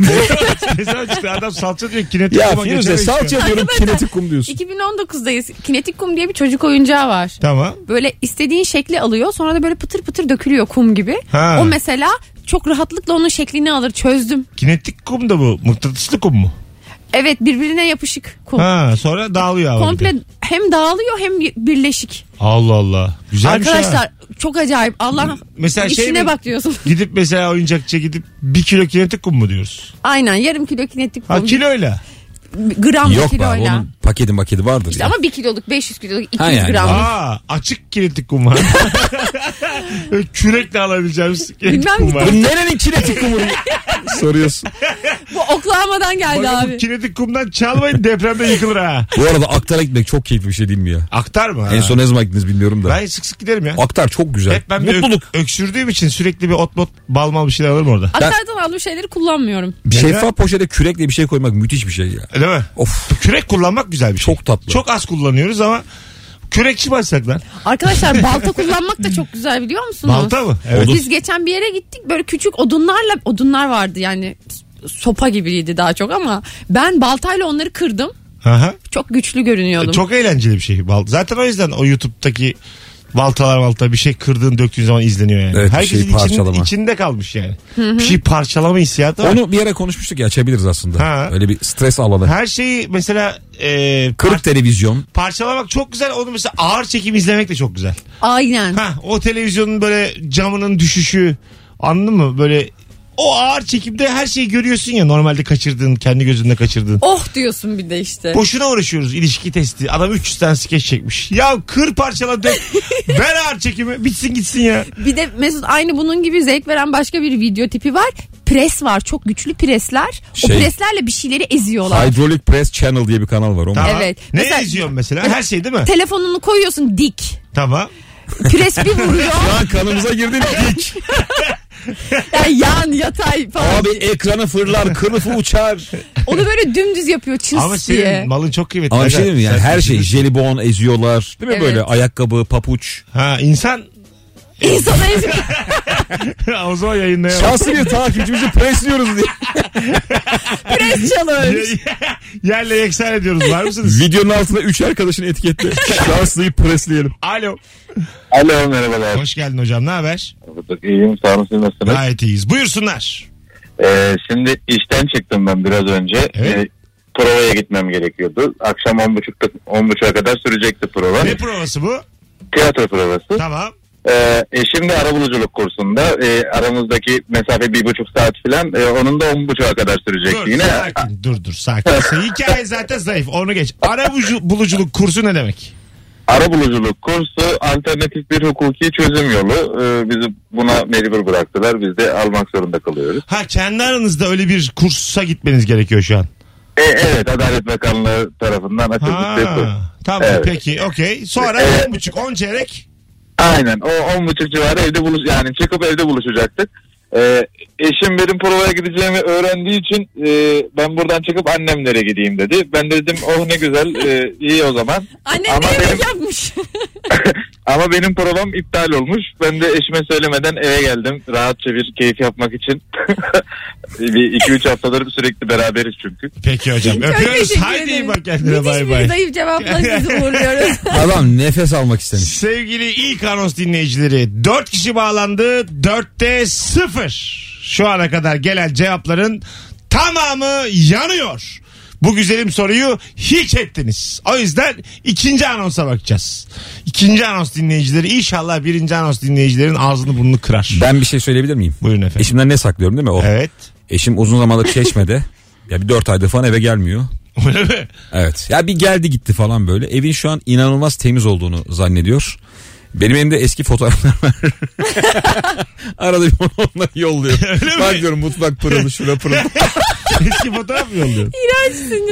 [SPEAKER 2] Ne zaman çıktı? Adam salça diyor kinetik.
[SPEAKER 3] ya
[SPEAKER 2] kuma
[SPEAKER 3] Firuze
[SPEAKER 2] geçemez ki.
[SPEAKER 3] salça diyorum kinetik kum diyorsun.
[SPEAKER 4] 2019'dayız. Kinetik kum diye bir çocuk oyuncağı var.
[SPEAKER 2] Tamam.
[SPEAKER 4] böyle istediğin şekli alıyor sonra da böyle pıtır pıtır dökülüyor kum gibi.
[SPEAKER 2] Ha.
[SPEAKER 4] O mesela çok rahatlıkla onun şeklini alır çözdüm.
[SPEAKER 2] Kinetik kum da bu. Mıknatıslı kum mu?
[SPEAKER 4] Evet birbirine yapışık kum.
[SPEAKER 2] Ha, sonra dağılıyor hava.
[SPEAKER 4] Komple
[SPEAKER 2] bir de.
[SPEAKER 4] hem dağılıyor hem birleşik.
[SPEAKER 2] Allah Allah. Güzelmiş ha.
[SPEAKER 4] Arkadaşlar çok acayip Allah
[SPEAKER 2] Mesela şey
[SPEAKER 4] işine
[SPEAKER 2] mi-
[SPEAKER 4] bak diyorsun.
[SPEAKER 2] Gidip mesela oyuncakçıya gidip bir kilo kinetik kum mu diyoruz?
[SPEAKER 4] Aynen yarım kilo kinetik kum.
[SPEAKER 2] Ha kiloyla.
[SPEAKER 4] Gram
[SPEAKER 3] Yok be
[SPEAKER 4] kiloyla.
[SPEAKER 3] abi, onun paketi maketi vardır
[SPEAKER 4] İşte
[SPEAKER 3] ya.
[SPEAKER 4] ama bir kiloluk 500 kiloluk 200
[SPEAKER 3] Ha yani.
[SPEAKER 4] gram.
[SPEAKER 2] Aa açık kinetik kum var. Böyle Kürekle alabileceğimiz kinetik
[SPEAKER 4] Bilmem
[SPEAKER 2] kum var.
[SPEAKER 3] Bu nerenin kinetik kumu? Soruyorsun.
[SPEAKER 4] Bu oklamadan geldi
[SPEAKER 2] Bakın bu
[SPEAKER 4] abi.
[SPEAKER 2] kinetik kumdan çalmayın depremde yıkılır ha.
[SPEAKER 3] Bu arada aktara gitmek çok keyifli bir şey değil mi ya?
[SPEAKER 2] Aktar mı? Ha?
[SPEAKER 3] En son ne zaman gittiniz bilmiyorum da.
[SPEAKER 2] Ben sık sık giderim ya.
[SPEAKER 3] Aktar çok güzel.
[SPEAKER 2] Hep ben bir
[SPEAKER 3] Mutluluk.
[SPEAKER 2] ök- öksürdüğüm için sürekli bir ot mot bal mal bir şeyler alırım orada.
[SPEAKER 4] Aktardan aldığım şeyleri kullanmıyorum.
[SPEAKER 3] Bir Şeffaf poşete kürekle bir şey koymak müthiş bir şey ya.
[SPEAKER 2] E, Değil mi?
[SPEAKER 3] Of.
[SPEAKER 2] Kürek kullanmak güzel bir şey.
[SPEAKER 3] Çok tatlı.
[SPEAKER 2] Çok az kullanıyoruz ama Kürekçi mi açsak lan?
[SPEAKER 4] Arkadaşlar balta kullanmak da çok güzel biliyor musunuz?
[SPEAKER 2] Balta mı? Evet.
[SPEAKER 4] Biz geçen bir yere gittik böyle küçük odunlarla odunlar vardı yani sopa gibiydi daha çok ama ben baltayla onları kırdım.
[SPEAKER 2] Aha.
[SPEAKER 4] Çok güçlü görünüyordum.
[SPEAKER 2] Çok eğlenceli bir şey. Bal- Zaten o yüzden o YouTube'daki baltalar balta bir şey kırdığın döktüğün zaman izleniyor yani.
[SPEAKER 3] Evet, bir
[SPEAKER 2] Herkesin
[SPEAKER 3] şey parçalama.
[SPEAKER 2] içinde, içinde kalmış yani. Bir şey parçalama hissiyatı var.
[SPEAKER 3] Onu bir yere konuşmuştuk ya açabiliriz aslında.
[SPEAKER 2] Ha.
[SPEAKER 3] Öyle bir stres alanı.
[SPEAKER 2] Her şeyi mesela e,
[SPEAKER 3] Kırık
[SPEAKER 2] par-
[SPEAKER 3] televizyon.
[SPEAKER 2] parçalamak çok güzel. Onu mesela ağır çekim izlemek de çok güzel.
[SPEAKER 4] Aynen.
[SPEAKER 2] Ha o televizyonun böyle camının düşüşü anladın mı? Böyle o ağır çekimde her şeyi görüyorsun ya normalde kaçırdığın, kendi gözünde kaçırdığın.
[SPEAKER 4] Oh diyorsun bir de işte.
[SPEAKER 2] Boşuna uğraşıyoruz ilişki testi. Adam 300 tane skeç çekmiş. Ya kır parçala dök. Ver ağır çekimi. Bitsin gitsin ya.
[SPEAKER 4] Bir de Mesut aynı bunun gibi zevk veren başka bir video tipi var. Pres var. Çok güçlü presler.
[SPEAKER 3] Şey-
[SPEAKER 4] o preslerle bir şeyleri eziyorlar.
[SPEAKER 3] Hydraulic Press Channel diye bir kanal var. O mu?
[SPEAKER 2] Tamam.
[SPEAKER 4] Evet.
[SPEAKER 2] Ne
[SPEAKER 4] Mesela-
[SPEAKER 2] izliyorsun mesela? Her şey değil mi?
[SPEAKER 4] Telefonunu koyuyorsun dik.
[SPEAKER 2] tamam.
[SPEAKER 4] Pres bir vuruyor.
[SPEAKER 3] Lan kanımıza girdin dik.
[SPEAKER 4] yani yan yatay falan.
[SPEAKER 3] Abi ekrana fırlar, kılıfı uçar.
[SPEAKER 4] Onu böyle dümdüz yapıyor çıs
[SPEAKER 2] Ama senin
[SPEAKER 4] diye.
[SPEAKER 2] malın çok kıymetli.
[SPEAKER 3] Ama bir şey
[SPEAKER 2] Aga,
[SPEAKER 3] diyeyim mi? yani
[SPEAKER 2] sen
[SPEAKER 3] her şey
[SPEAKER 2] üzülürsün.
[SPEAKER 3] jelibon eziyorlar. Değil mi
[SPEAKER 4] Evet.
[SPEAKER 3] böyle ayakkabı, papuç.
[SPEAKER 2] Ha insan
[SPEAKER 4] İnsana ezik.
[SPEAKER 2] o zaman yayınlayamaz.
[SPEAKER 3] Şanslı bir takipçimizi presliyoruz diye.
[SPEAKER 4] Pres çalıyor.
[SPEAKER 2] Yerle yeksan ediyoruz. Var mısınız?
[SPEAKER 3] Videonun altına üç arkadaşını etiketle. Şanslıyı presleyelim.
[SPEAKER 2] Alo.
[SPEAKER 6] Alo merhabalar.
[SPEAKER 2] Hoş geldin hocam. Ne haber?
[SPEAKER 6] İyiyim sağ olun siz nasılsınız?
[SPEAKER 2] Gayet iyiyiz. Buyursunlar.
[SPEAKER 6] Ee, şimdi işten çıktım ben biraz önce.
[SPEAKER 2] Evet.
[SPEAKER 6] Ee, provaya gitmem gerekiyordu. Akşam 10.30'da 10.30'a kadar sürecekti prova.
[SPEAKER 2] Ne provası bu?
[SPEAKER 6] Tiyatro provası.
[SPEAKER 2] Tamam.
[SPEAKER 6] Ee, eşim de arabuluculuk kursunda. Ee, aramızdaki mesafe bir buçuk saat falan. Ee, onun da 10.30'a kadar sürecek
[SPEAKER 2] Dur,
[SPEAKER 6] yine.
[SPEAKER 2] sakin. Dur dur sakin. Hikaye zaten zayıf. Onu geç. Ara bucu- buluculuk kursu ne demek?
[SPEAKER 6] Arabuluculuk kursu alternatif bir hukuki çözüm yolu. Ee, bizi buna mecbur bıraktılar. Biz de almak zorunda kalıyoruz.
[SPEAKER 2] Ha kendi aranızda öyle bir kursa gitmeniz gerekiyor şu an.
[SPEAKER 6] Ee, evet Adalet Bakanlığı tarafından açıldı.
[SPEAKER 2] Ha.
[SPEAKER 6] tepki.
[SPEAKER 2] Tamam
[SPEAKER 6] Evet.
[SPEAKER 2] peki okey. Sonra
[SPEAKER 6] Evet.
[SPEAKER 2] 10.30 10 çeyrek.
[SPEAKER 6] Aynen o 10.30 civarı evde buluş yani çıkıp evde buluşacaktık. Ee, eşim benim provaya gideceğimi öğrendiği için e, ben buradan çıkıp annemlere gideyim dedi. Ben de dedim oh ne güzel e, iyi o zaman.
[SPEAKER 4] Annem
[SPEAKER 6] Ama
[SPEAKER 4] ne
[SPEAKER 6] benim-
[SPEAKER 4] yemek yapmış?
[SPEAKER 6] Ama benim provam iptal olmuş. Ben de eşime söylemeden eve geldim. Rahatça bir keyif yapmak için. bir 2-3 haftadır sürekli beraberiz çünkü.
[SPEAKER 2] Peki hocam
[SPEAKER 4] Çok
[SPEAKER 2] öpüyoruz.
[SPEAKER 4] teşekkür
[SPEAKER 2] Haydi iyi
[SPEAKER 4] ederim.
[SPEAKER 2] bak kendine
[SPEAKER 4] Müthiş
[SPEAKER 2] bay
[SPEAKER 4] bir
[SPEAKER 2] bay.
[SPEAKER 4] zayıf cevapla sizi uğurluyoruz.
[SPEAKER 3] Adam nefes almak istemiş.
[SPEAKER 2] Sevgili ilk anons dinleyicileri 4 kişi bağlandı 4'te 0 şu ana kadar gelen cevapların tamamı yanıyor. Bu güzelim soruyu hiç ettiniz. O yüzden ikinci anonsa bakacağız. İkinci anons dinleyicileri inşallah birinci anons dinleyicilerin ağzını burnunu kırar.
[SPEAKER 3] Ben bir şey söyleyebilir miyim?
[SPEAKER 2] Buyurun efendim.
[SPEAKER 3] Eşimden ne saklıyorum değil mi? O.
[SPEAKER 2] Evet.
[SPEAKER 3] Eşim uzun zamandır çeşmede. ya bir dört ayda falan eve gelmiyor.
[SPEAKER 2] Öyle mi?
[SPEAKER 3] Evet. Ya bir geldi gitti falan böyle. Evin şu an inanılmaz temiz olduğunu zannediyor. Benim elimde eski fotoğraflar var. Arada bir onu- onları yolluyor. Bak diyorum mutfak pırıl şura pırıl.
[SPEAKER 2] Eski fotoğraf mı yolluyorsun?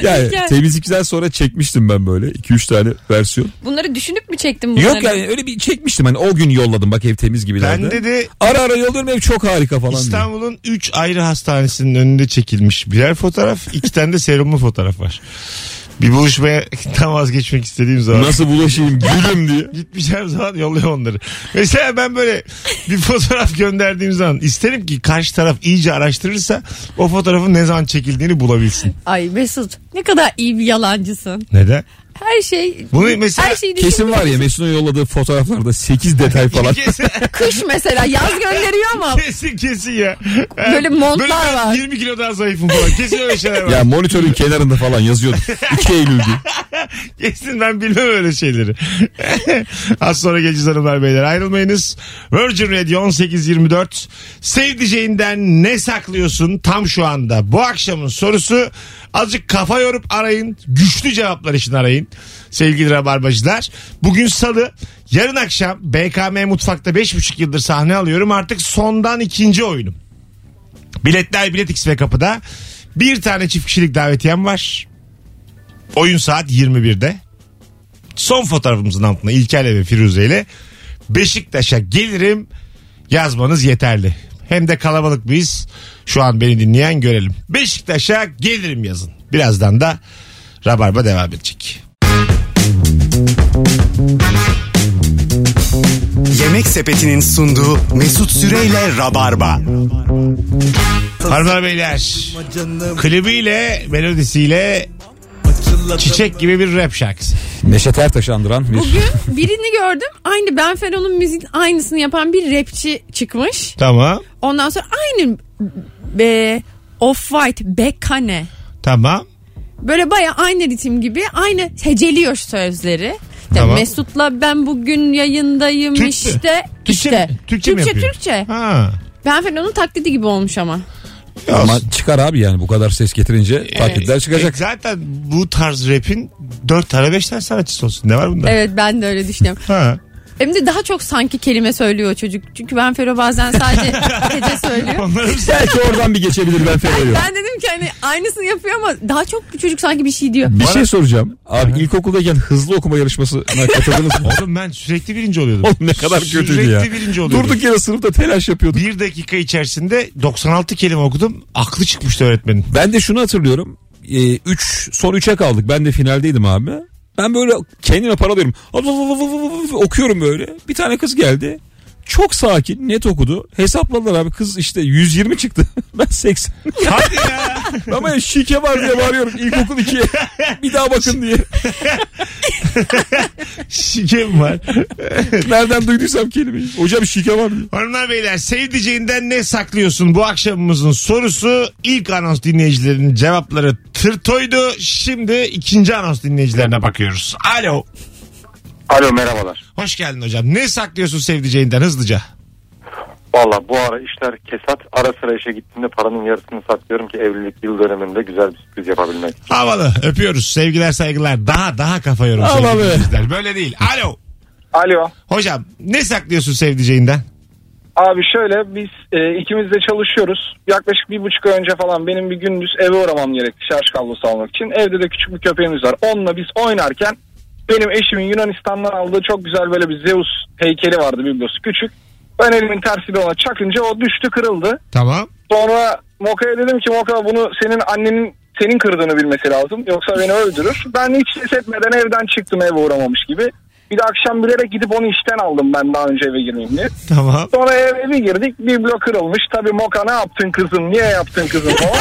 [SPEAKER 3] Yani temizlikten sonra çekmiştim ben böyle 2-3 tane versiyon.
[SPEAKER 4] Bunları düşünüp mü çektin bunları?
[SPEAKER 3] Yok yani öyle bir çekmiştim hani o gün yolladım bak ev temiz gibilerdi.
[SPEAKER 2] Ben dedi
[SPEAKER 3] Ara ara yolluyorum ev çok harika falan. diyor.
[SPEAKER 2] İstanbul'un 3 ayrı hastanesinin önünde çekilmiş birer fotoğraf. iki tane de serumlu fotoğraf var. Bir buluşmaya tam vazgeçmek istediğim zaman.
[SPEAKER 3] Nasıl bulaşayım gülüm diye.
[SPEAKER 2] Gitmeyeceğim zaman yolluyor onları. Mesela ben böyle bir fotoğraf gönderdiğim zaman isterim ki karşı taraf iyice araştırırsa o fotoğrafın ne zaman çekildiğini bulabilsin.
[SPEAKER 4] Ay Mesut ne kadar iyi bir yalancısın.
[SPEAKER 2] Neden?
[SPEAKER 4] Her şey
[SPEAKER 2] Bunu mesela
[SPEAKER 4] her şeyi düşün.
[SPEAKER 2] şey
[SPEAKER 3] Kesin var ya Mesut'un yolladığı fotoğraflarda 8 detay falan.
[SPEAKER 2] kesin,
[SPEAKER 4] Kış mesela yaz gönderiyor ama
[SPEAKER 2] kesin kesin ya.
[SPEAKER 4] Böyle montlar
[SPEAKER 2] ben
[SPEAKER 4] var.
[SPEAKER 2] 20 kilo daha zayıfım falan. Kesin öyle şeyler var.
[SPEAKER 3] ya monitörün kenarında falan yazıyordu. 2 Eylül diye.
[SPEAKER 2] Kesin ben bilmem öyle şeyleri. Az sonra geleceğiz hanımlar beyler. Ayrılmayınız. Virgin Radio 1824. Sevdiceğinden ne saklıyorsun tam şu anda? Bu akşamın sorusu azıcık kafa yorup arayın. Güçlü cevaplar için arayın. Sevgili Rabarbacılar. Bugün salı. Yarın akşam BKM Mutfak'ta 5,5 yıldır sahne alıyorum. Artık sondan ikinci oyunum. Biletler Bilet X ve kapıda. Bir tane çift kişilik davetiyem var. Oyun saat 21'de. Son fotoğrafımızın altına İlker'le ve Firuze ile Beşiktaş'a gelirim yazmanız yeterli. Hem de kalabalık biz şu an beni dinleyen görelim. Beşiktaş'a gelirim yazın. Birazdan da Rabarba devam edecek.
[SPEAKER 1] Yemek Sepeti'nin sunduğu Mesut Süreyle Rabarba.
[SPEAKER 2] Hanımlar beyler. Klibiyle, melodisiyle çiçek gibi bir rap şarkısı.
[SPEAKER 3] Neşet Ertaş'ı andıran bir...
[SPEAKER 4] Bugün birini gördüm. Aynı Ben Fero'nun müziğin aynısını yapan bir rapçi çıkmış.
[SPEAKER 2] Tamam.
[SPEAKER 4] Ondan sonra aynı be, Off-White Bekane.
[SPEAKER 2] Tamam.
[SPEAKER 4] Böyle baya aynı ritim gibi aynı heceliyor sözleri. İşte
[SPEAKER 2] Tamam.
[SPEAKER 4] Mesut'la ben bugün yayındayım
[SPEAKER 2] Türkçe.
[SPEAKER 4] işte.
[SPEAKER 2] Türkçe
[SPEAKER 4] işte.
[SPEAKER 2] mi? Türkçe mi
[SPEAKER 4] Türkçe,
[SPEAKER 2] yapıyor?
[SPEAKER 4] Türkçe.
[SPEAKER 2] Ha.
[SPEAKER 4] Ben Fero'nun taklidi gibi olmuş ama.
[SPEAKER 2] Olsun.
[SPEAKER 3] Ama çıkar abi yani bu kadar ses getirince taklitler çıkacak.
[SPEAKER 2] E, zaten bu tarz rapin 4 tane 5 tane sanatçısı olsun. Ne var bunda?
[SPEAKER 4] Evet ben de öyle düşünüyorum.
[SPEAKER 2] Ha.
[SPEAKER 4] Hem de daha çok sanki kelime söylüyor çocuk. Çünkü Ben Fero bazen sadece hece söylüyor.
[SPEAKER 2] Onları mı-
[SPEAKER 3] Belki oradan bir geçebilir ben Fero'yu.
[SPEAKER 4] Ben dedim ki hani aynısını yapıyor ama daha çok bu çocuk sanki bir şey diyor.
[SPEAKER 3] Bir şey soracağım. Abi ilkokuldayken hızlı okuma yarışmasına katıldınız mı?
[SPEAKER 2] Oğlum ben sürekli birinci oluyordum.
[SPEAKER 3] Oğlum ne kadar kötüydü
[SPEAKER 2] sürekli
[SPEAKER 3] ya.
[SPEAKER 2] birinci oluyordum.
[SPEAKER 3] Durduk yere sınıfta telaş yapıyorduk.
[SPEAKER 2] Bir dakika içerisinde 96 kelime okudum. Aklı çıkmıştı öğretmenin.
[SPEAKER 3] Ben de şunu hatırlıyorum. Ee, üç, son 3'e kaldık. Ben de finaldeydim abi. Ben böyle kendime paralıyorum. Okuyorum böyle. Bir tane kız geldi. Çok sakin, net okudu. Hesapladılar abi. Kız işte 120 çıktı. Ben 80.
[SPEAKER 2] Hadi ya.
[SPEAKER 3] Ama ya şike var diye bağırıyorum. İlkokul 2'ye. Bir daha bakın diye.
[SPEAKER 2] Şike mi var?
[SPEAKER 3] Nereden duyduysam kelimeyi. Hocam şike var diye.
[SPEAKER 2] Hanımlar beyler sevdiceğinden ne saklıyorsun bu akşamımızın sorusu ilk anons dinleyicilerinin cevapları tırtoydu. Şimdi ikinci anons dinleyicilerine bakıyoruz. Alo.
[SPEAKER 6] Alo merhabalar.
[SPEAKER 2] Hoş geldin hocam. Ne saklıyorsun sevdiceğinden hızlıca?
[SPEAKER 6] Valla bu ara işler kesat. Ara sıra işe gittiğimde paranın yarısını saklıyorum ki evlilik yıl döneminde güzel bir sürpriz yapabilmek.
[SPEAKER 2] Havalı. Öpüyoruz. Sevgiler saygılar. Daha daha kafa yorum
[SPEAKER 3] Allah
[SPEAKER 2] sevgili
[SPEAKER 3] be.
[SPEAKER 2] dinleyiciler. Böyle değil. Alo.
[SPEAKER 7] Alo.
[SPEAKER 2] Hocam ne saklıyorsun sevdiceğinden?
[SPEAKER 7] Abi şöyle biz e, ikimiz de çalışıyoruz. Yaklaşık bir buçuk ay önce falan benim bir gündüz eve uğramam gerekti şarj kablosu almak için. Evde de küçük bir köpeğimiz var. Onunla biz oynarken benim eşimin Yunanistan'dan aldığı çok güzel böyle bir Zeus heykeli vardı biblosu küçük. Ben elimin tersiyle ona çakınca o düştü kırıldı.
[SPEAKER 2] Tamam.
[SPEAKER 7] Sonra Moka'ya dedim ki Moka bunu senin annenin senin kırdığını bilmesi lazım. Yoksa beni öldürür. Ben hiç hissetmeden evden çıktım eve uğramamış gibi. Bir de akşam bilerek gidip onu işten aldım ben daha önce eve girmeyeyim diye.
[SPEAKER 2] Tamam.
[SPEAKER 7] Sonra eve bir girdik biblo kırılmış. Tabii Moka ne yaptın kızım niye yaptın kızım falan.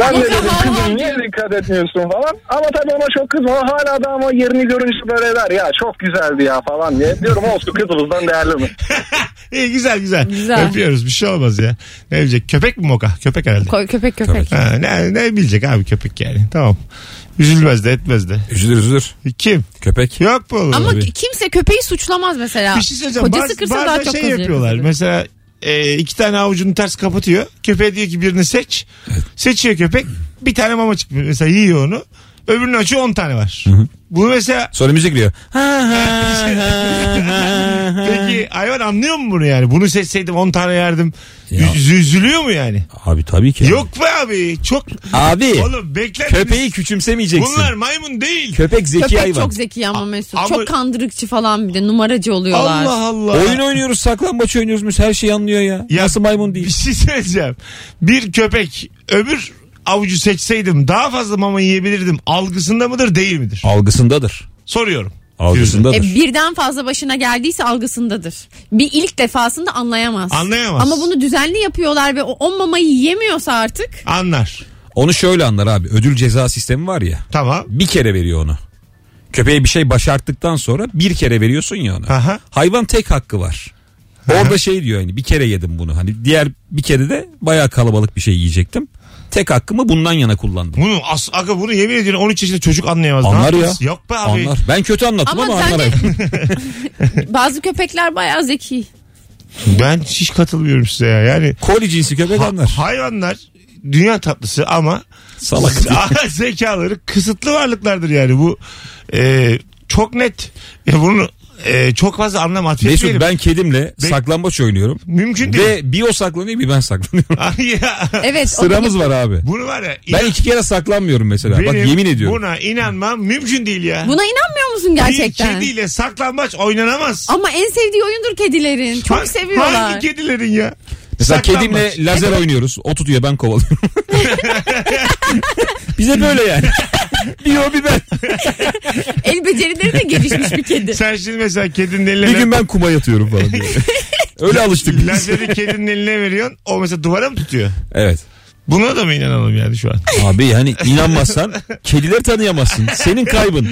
[SPEAKER 7] ben de
[SPEAKER 4] Moka
[SPEAKER 7] dedim
[SPEAKER 4] hala-
[SPEAKER 7] kızım niye dikkat etmiyorsun falan. Ama tabii ona çok kızma. O Hala da ama yerini görünce böyle der ya çok güzeldi ya falan diye. Diyorum olsun kızımızdan değerli mi?
[SPEAKER 2] İyi güzel güzel.
[SPEAKER 4] Güzel.
[SPEAKER 2] Öpüyoruz. Bir şey olmaz ya. Ne bilecek? Köpek mi moka? Köpek herhalde.
[SPEAKER 4] Ko- köpek köpek.
[SPEAKER 2] Ha, ne, ne bilecek abi köpek yani. Tamam. Üzülmez de etmez de.
[SPEAKER 3] Üzülür üzülür.
[SPEAKER 2] Kim?
[SPEAKER 3] Köpek.
[SPEAKER 2] Yok mu olur?
[SPEAKER 4] Ama
[SPEAKER 3] Tabii.
[SPEAKER 4] kimse köpeği suçlamaz mesela.
[SPEAKER 2] bir şey söyleyeceğim.
[SPEAKER 4] Kocası
[SPEAKER 2] Bazı,
[SPEAKER 4] kırsa
[SPEAKER 2] bazen
[SPEAKER 4] daha çok
[SPEAKER 2] şey
[SPEAKER 4] kızıyor.
[SPEAKER 2] yapıyorlar. Mesela e, iki tane avucunu ters kapatıyor. Köpeğe diyor ki birini seç. Seçiyor köpek. Bir tane mama çıkmıyor. Mesela yiyor onu. Öbürünün açıyor 10 tane var. Bu mesela
[SPEAKER 3] Sonra müzik giriyor.
[SPEAKER 2] peki hayvan anlıyor mu bunu yani? Bunu seçseydim 10 tane yerdim.
[SPEAKER 3] Ya.
[SPEAKER 2] Üz- üzülüyor mu yani?
[SPEAKER 3] Abi tabii ki.
[SPEAKER 2] Yok be abi. Çok
[SPEAKER 3] Abi
[SPEAKER 2] oğlum bekler.
[SPEAKER 3] köpeği küçümsemeyeceksin.
[SPEAKER 2] Bunlar maymun değil.
[SPEAKER 3] Köpek zeki
[SPEAKER 4] Köpek
[SPEAKER 3] hayvan.
[SPEAKER 4] çok zeki ama Mesut.
[SPEAKER 2] ama-
[SPEAKER 4] Çok kandırıkçı falan bir de numaracı oluyorlar.
[SPEAKER 2] Allah Allah.
[SPEAKER 3] Oyun oynuyoruz, saklambaç oynuyoruz. Biz her şeyi anlıyor ya.
[SPEAKER 2] Ya,
[SPEAKER 3] Nasıl maymun
[SPEAKER 2] Bir
[SPEAKER 3] değil?
[SPEAKER 2] şey söyleyeceğim. Bir köpek öbür avucu seçseydim daha fazla mama yiyebilirdim. Algısında mıdır değil midir?
[SPEAKER 3] Algısındadır.
[SPEAKER 2] Soruyorum.
[SPEAKER 4] E,
[SPEAKER 3] Algısındadır.
[SPEAKER 4] birden fazla başına geldiyse algısındadır. Bir ilk defasında anlayamaz.
[SPEAKER 2] Anlayamaz.
[SPEAKER 4] Ama bunu düzenli yapıyorlar ve o on mamayı yiyemiyorsa artık
[SPEAKER 2] Anlar.
[SPEAKER 3] Onu şöyle anlar abi. Ödül ceza sistemi var ya.
[SPEAKER 2] Tamam.
[SPEAKER 3] Bir kere veriyor onu. Köpeğe bir şey başarttıktan sonra bir kere veriyorsun ya ona.
[SPEAKER 2] Aha.
[SPEAKER 3] Hayvan tek hakkı var. Orada şey diyor hani bir kere yedim bunu. Hani diğer bir kere de bayağı kalabalık bir şey yiyecektim. Tek hakkımı bundan yana kullandım.
[SPEAKER 2] Bunu as aga bunu yemin ediyorum 13 yaşında çocuk anlayamaz. Ne
[SPEAKER 3] Anlar ya.
[SPEAKER 2] yapacağız? Yok be abi.
[SPEAKER 3] Anlar. Ben kötü anlattım ama,
[SPEAKER 4] Ama
[SPEAKER 3] anlar.
[SPEAKER 4] sen de-
[SPEAKER 3] abi.
[SPEAKER 4] bazı köpekler bayağı zeki.
[SPEAKER 2] Ben hiç katılmıyorum size ya. Yani
[SPEAKER 3] Koli cinsi köpek
[SPEAKER 2] ha-
[SPEAKER 3] anlar.
[SPEAKER 2] hayvanlar dünya tatlısı ama
[SPEAKER 3] Salak.
[SPEAKER 2] Aa, zekaları kısıtlı varlıklardır yani bu e, çok net. Ya bunu e, çok fazla anlam atfetmeyelim.
[SPEAKER 3] Mesut ben kedimle
[SPEAKER 2] Be-
[SPEAKER 3] saklambaç oynuyorum.
[SPEAKER 2] Mümkün değil.
[SPEAKER 3] Ve bir o saklanıyor bir ben saklanıyorum.
[SPEAKER 2] Ya,
[SPEAKER 4] Evet. o-
[SPEAKER 3] Sıramız var abi.
[SPEAKER 2] bunu var ya.
[SPEAKER 3] Ben iki kere saklanmıyorum mesela. Bak
[SPEAKER 2] Benim
[SPEAKER 3] yemin ediyorum.
[SPEAKER 2] Buna inanmam mümkün değil ya.
[SPEAKER 4] Buna inanmıyor musun gerçekten?
[SPEAKER 2] Bir kediyle saklambaç oynanamaz.
[SPEAKER 4] Ama en sevdiği oyundur kedilerin. Çok
[SPEAKER 2] Ha-
[SPEAKER 4] seviyorlar.
[SPEAKER 2] Hangi kedilerin ya?
[SPEAKER 3] Mesela
[SPEAKER 2] Saklambaç.
[SPEAKER 3] kedimle lazer oynuyoruz. O tutuyor ben kovalıyorum. Bize böyle yani. yiyor bir ben.
[SPEAKER 4] El becerileri de gelişmiş bir kedi.
[SPEAKER 2] Sen şimdi mesela kedinin eline...
[SPEAKER 3] Bir gün ben kuma yatıyorum falan diye. Öyle alıştık biz.
[SPEAKER 2] Lazeri kedinin eline veriyorsun. O mesela duvara mı tutuyor?
[SPEAKER 3] evet.
[SPEAKER 2] Buna da mı inanalım yani şu an?
[SPEAKER 3] Abi yani inanmazsan kedileri tanıyamazsın. Senin kaybın.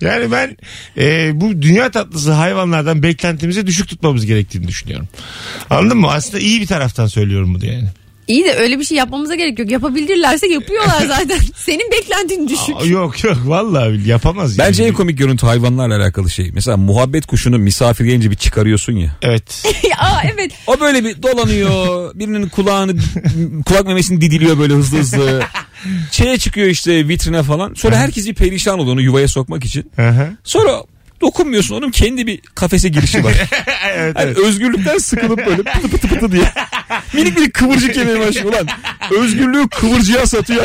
[SPEAKER 2] Yani ben e, bu dünya tatlısı hayvanlardan beklentimizi düşük tutmamız gerektiğini düşünüyorum. Anladın mı? Aslında iyi bir taraftan söylüyorum bunu yani.
[SPEAKER 4] İyi de öyle bir şey yapmamıza gerek yok. Yapabilirlerse yapıyorlar zaten. Senin beklentin düşük.
[SPEAKER 2] Aa, yok yok vallahi bil- yapamaz. yani.
[SPEAKER 3] Bence en komik görüntü hayvanlarla alakalı şey. Mesela muhabbet kuşunu misafir gelince bir çıkarıyorsun ya.
[SPEAKER 2] Evet.
[SPEAKER 4] Aa evet.
[SPEAKER 3] O böyle bir dolanıyor. Birinin kulağını kulak memesini didiliyor böyle hızlı hızlı. Şeye çıkıyor işte vitrine falan. Sonra herkes bir perişan oluyor onu yuvaya sokmak için.
[SPEAKER 2] Aha.
[SPEAKER 3] Sonra dokunmuyorsun onun kendi bir kafese girişi var.
[SPEAKER 2] evet,
[SPEAKER 3] Hani
[SPEAKER 2] evet.
[SPEAKER 3] özgürlükten sıkılıp böyle pıtı pıtı pıtı diye. Minik minik kıvırcık yemeye başlıyor lan. Özgürlüğü kıvırcığa satıyor.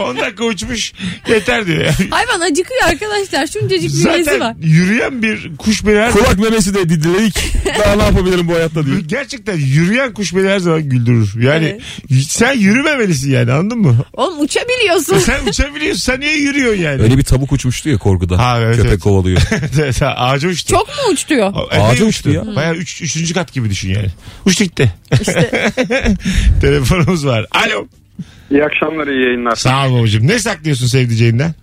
[SPEAKER 2] 10 dakika uçmuş yeter diyor. Yani.
[SPEAKER 4] Hayvan acıkıyor arkadaşlar. Şuncacık bir bezi var.
[SPEAKER 2] Zaten yürüyen bir kuş beni her
[SPEAKER 3] Kulak memesi de didiledik. Daha ne yapabilirim bu hayatta diyor.
[SPEAKER 2] Gerçekten yürüyen kuş beni her zaman güldürür. Yani
[SPEAKER 4] Evet.
[SPEAKER 2] y- sen yürümemelisin yani anladın mı?
[SPEAKER 4] Oğlum uçabiliyorsun.
[SPEAKER 2] sen uçabiliyorsun sen niye yürüyorsun yani?
[SPEAKER 3] Öyle bir tavuk uçmuştu ya korkuda.
[SPEAKER 2] Ha, evet,
[SPEAKER 3] Köpek
[SPEAKER 2] evet.
[SPEAKER 3] kovalıyor.
[SPEAKER 2] Evet, Ağaca uçtu.
[SPEAKER 4] Çok Hmm. mu uçtuyor?
[SPEAKER 2] Epey
[SPEAKER 3] Ağaca uçtu ya.
[SPEAKER 2] Baya üç, üçüncü kat gibi düşün yani. Uçtu gitti. Telefonumuz var. Alo.
[SPEAKER 8] İyi akşamlar, iyi yayınlar.
[SPEAKER 2] Sağ ol babacığım. Ne saklıyorsun sevdiceğinden?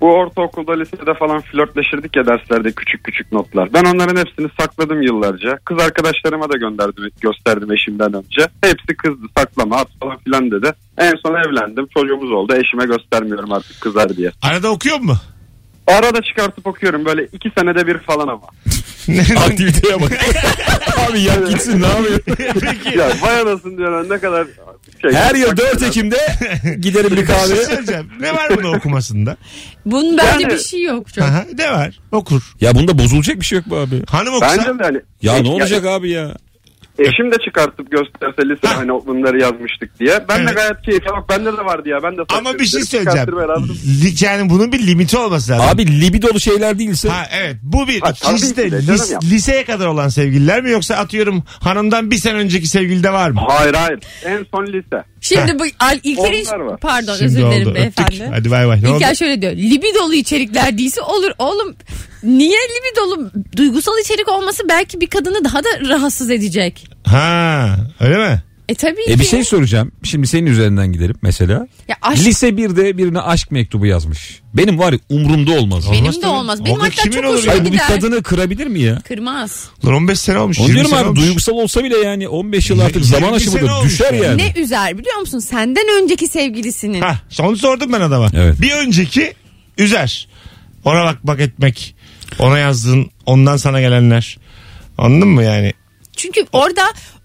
[SPEAKER 8] Bu ortaokulda, lisede falan flörtleşirdik ya derslerde küçük küçük notlar. Ben onların hepsini sakladım yıllarca. Kız arkadaşlarıma da gönderdim, gösterdim eşimden önce. Hepsi kızdı, saklama, at falan filan dedi. En son evlendim, çocuğumuz oldu. Eşime göstermiyorum artık kızar diye.
[SPEAKER 2] Arada okuyor mu?
[SPEAKER 8] Arada çıkartıp okuyorum böyle iki senede bir falan ama.
[SPEAKER 3] Aktiviteye bak. Abi ya gitsin ne yapıyor?
[SPEAKER 8] ya vay anasın diyorlar ne kadar şey.
[SPEAKER 3] Her yıl 4 Ekim'de giderim bir
[SPEAKER 2] Bir şey
[SPEAKER 3] kahveye.
[SPEAKER 2] söyleyeceğim. Ne var bunun okumasında?
[SPEAKER 4] Bunun bence
[SPEAKER 8] Yani-
[SPEAKER 4] bir şey yok çok.
[SPEAKER 2] Aha, ne var? Okur.
[SPEAKER 3] Ya bunda bozulacak bir şey yok mu abi?
[SPEAKER 2] Hanım okusa.
[SPEAKER 8] Bence de hani.
[SPEAKER 3] Ya ne olacak abi ya?
[SPEAKER 8] Eşim de çıkartıp gösterse lise hani bunları yazmıştık diye. Ben de
[SPEAKER 2] Evet.
[SPEAKER 8] gayet keyifli. Bak bende de vardı ya. Ben de
[SPEAKER 2] Ama bir şey söyleyeceğim.
[SPEAKER 8] Çıkartır beraber.
[SPEAKER 2] Li- Yani bunun bir limiti olması lazım.
[SPEAKER 3] Abi libidolu şeyler değilse.
[SPEAKER 2] Ha evet bu bir.
[SPEAKER 8] Ha,
[SPEAKER 2] İkincisi de
[SPEAKER 8] tabii ki de canım
[SPEAKER 2] lis-
[SPEAKER 8] ya.
[SPEAKER 2] liseye kadar olan sevgililer mi yoksa atıyorum hanımdan bir sene önceki sevgilide var mı?
[SPEAKER 8] Hayır hayır. En son lise.
[SPEAKER 4] Şimdi bu Al-
[SPEAKER 8] Onlar
[SPEAKER 4] İlker'in
[SPEAKER 8] var.
[SPEAKER 4] pardon
[SPEAKER 2] Şimdi
[SPEAKER 4] özür dilerim
[SPEAKER 2] oldu.
[SPEAKER 4] beyefendi.
[SPEAKER 2] Öptük. Hadi bay bay. Ne oldu?
[SPEAKER 4] İlker şöyle diyor. Libidolu içerikler değilse olur. Oğlum niye libidolu? Duygusal içerik olması belki bir kadını daha da rahatsız edecek.
[SPEAKER 2] Ha öyle mi?
[SPEAKER 4] E tabii ki.
[SPEAKER 3] E bir şey soracağım. Şimdi senin üzerinden gidelim mesela.
[SPEAKER 4] Ya aşk
[SPEAKER 3] Lise 1'de birine aşk mektubu yazmış. Benim var ya umrumda olmaz.
[SPEAKER 4] benim
[SPEAKER 2] olmaz
[SPEAKER 4] de
[SPEAKER 2] tabii.
[SPEAKER 4] olmaz. Benim
[SPEAKER 2] Oğlum
[SPEAKER 4] hatta
[SPEAKER 2] kimin
[SPEAKER 4] çok
[SPEAKER 2] olur
[SPEAKER 4] hoşuma
[SPEAKER 3] Hayır bu bir
[SPEAKER 4] gider.
[SPEAKER 3] kadını kırabilir mi ya?
[SPEAKER 4] Kırmaz.
[SPEAKER 2] Lan 15 sene olmuş.
[SPEAKER 3] Onu
[SPEAKER 2] 20
[SPEAKER 3] diyorum
[SPEAKER 2] sene
[SPEAKER 3] abi
[SPEAKER 2] olmuş.
[SPEAKER 3] duygusal olsa bile yani 15 yıl artık
[SPEAKER 2] Yirmi
[SPEAKER 3] zaman
[SPEAKER 2] sene
[SPEAKER 3] aşımıdır
[SPEAKER 2] olmuş
[SPEAKER 3] düşer
[SPEAKER 2] yani.
[SPEAKER 3] yani.
[SPEAKER 4] Ne üzer biliyor musun? Senden önceki sevgilisinin.
[SPEAKER 2] Ha, onu sordum ben adama.
[SPEAKER 3] Evet.
[SPEAKER 2] Bir önceki üzer. Ona bak bak etmek. Ona yazdığın ondan sana gelenler. Anladın mı yani?
[SPEAKER 4] Çünkü orada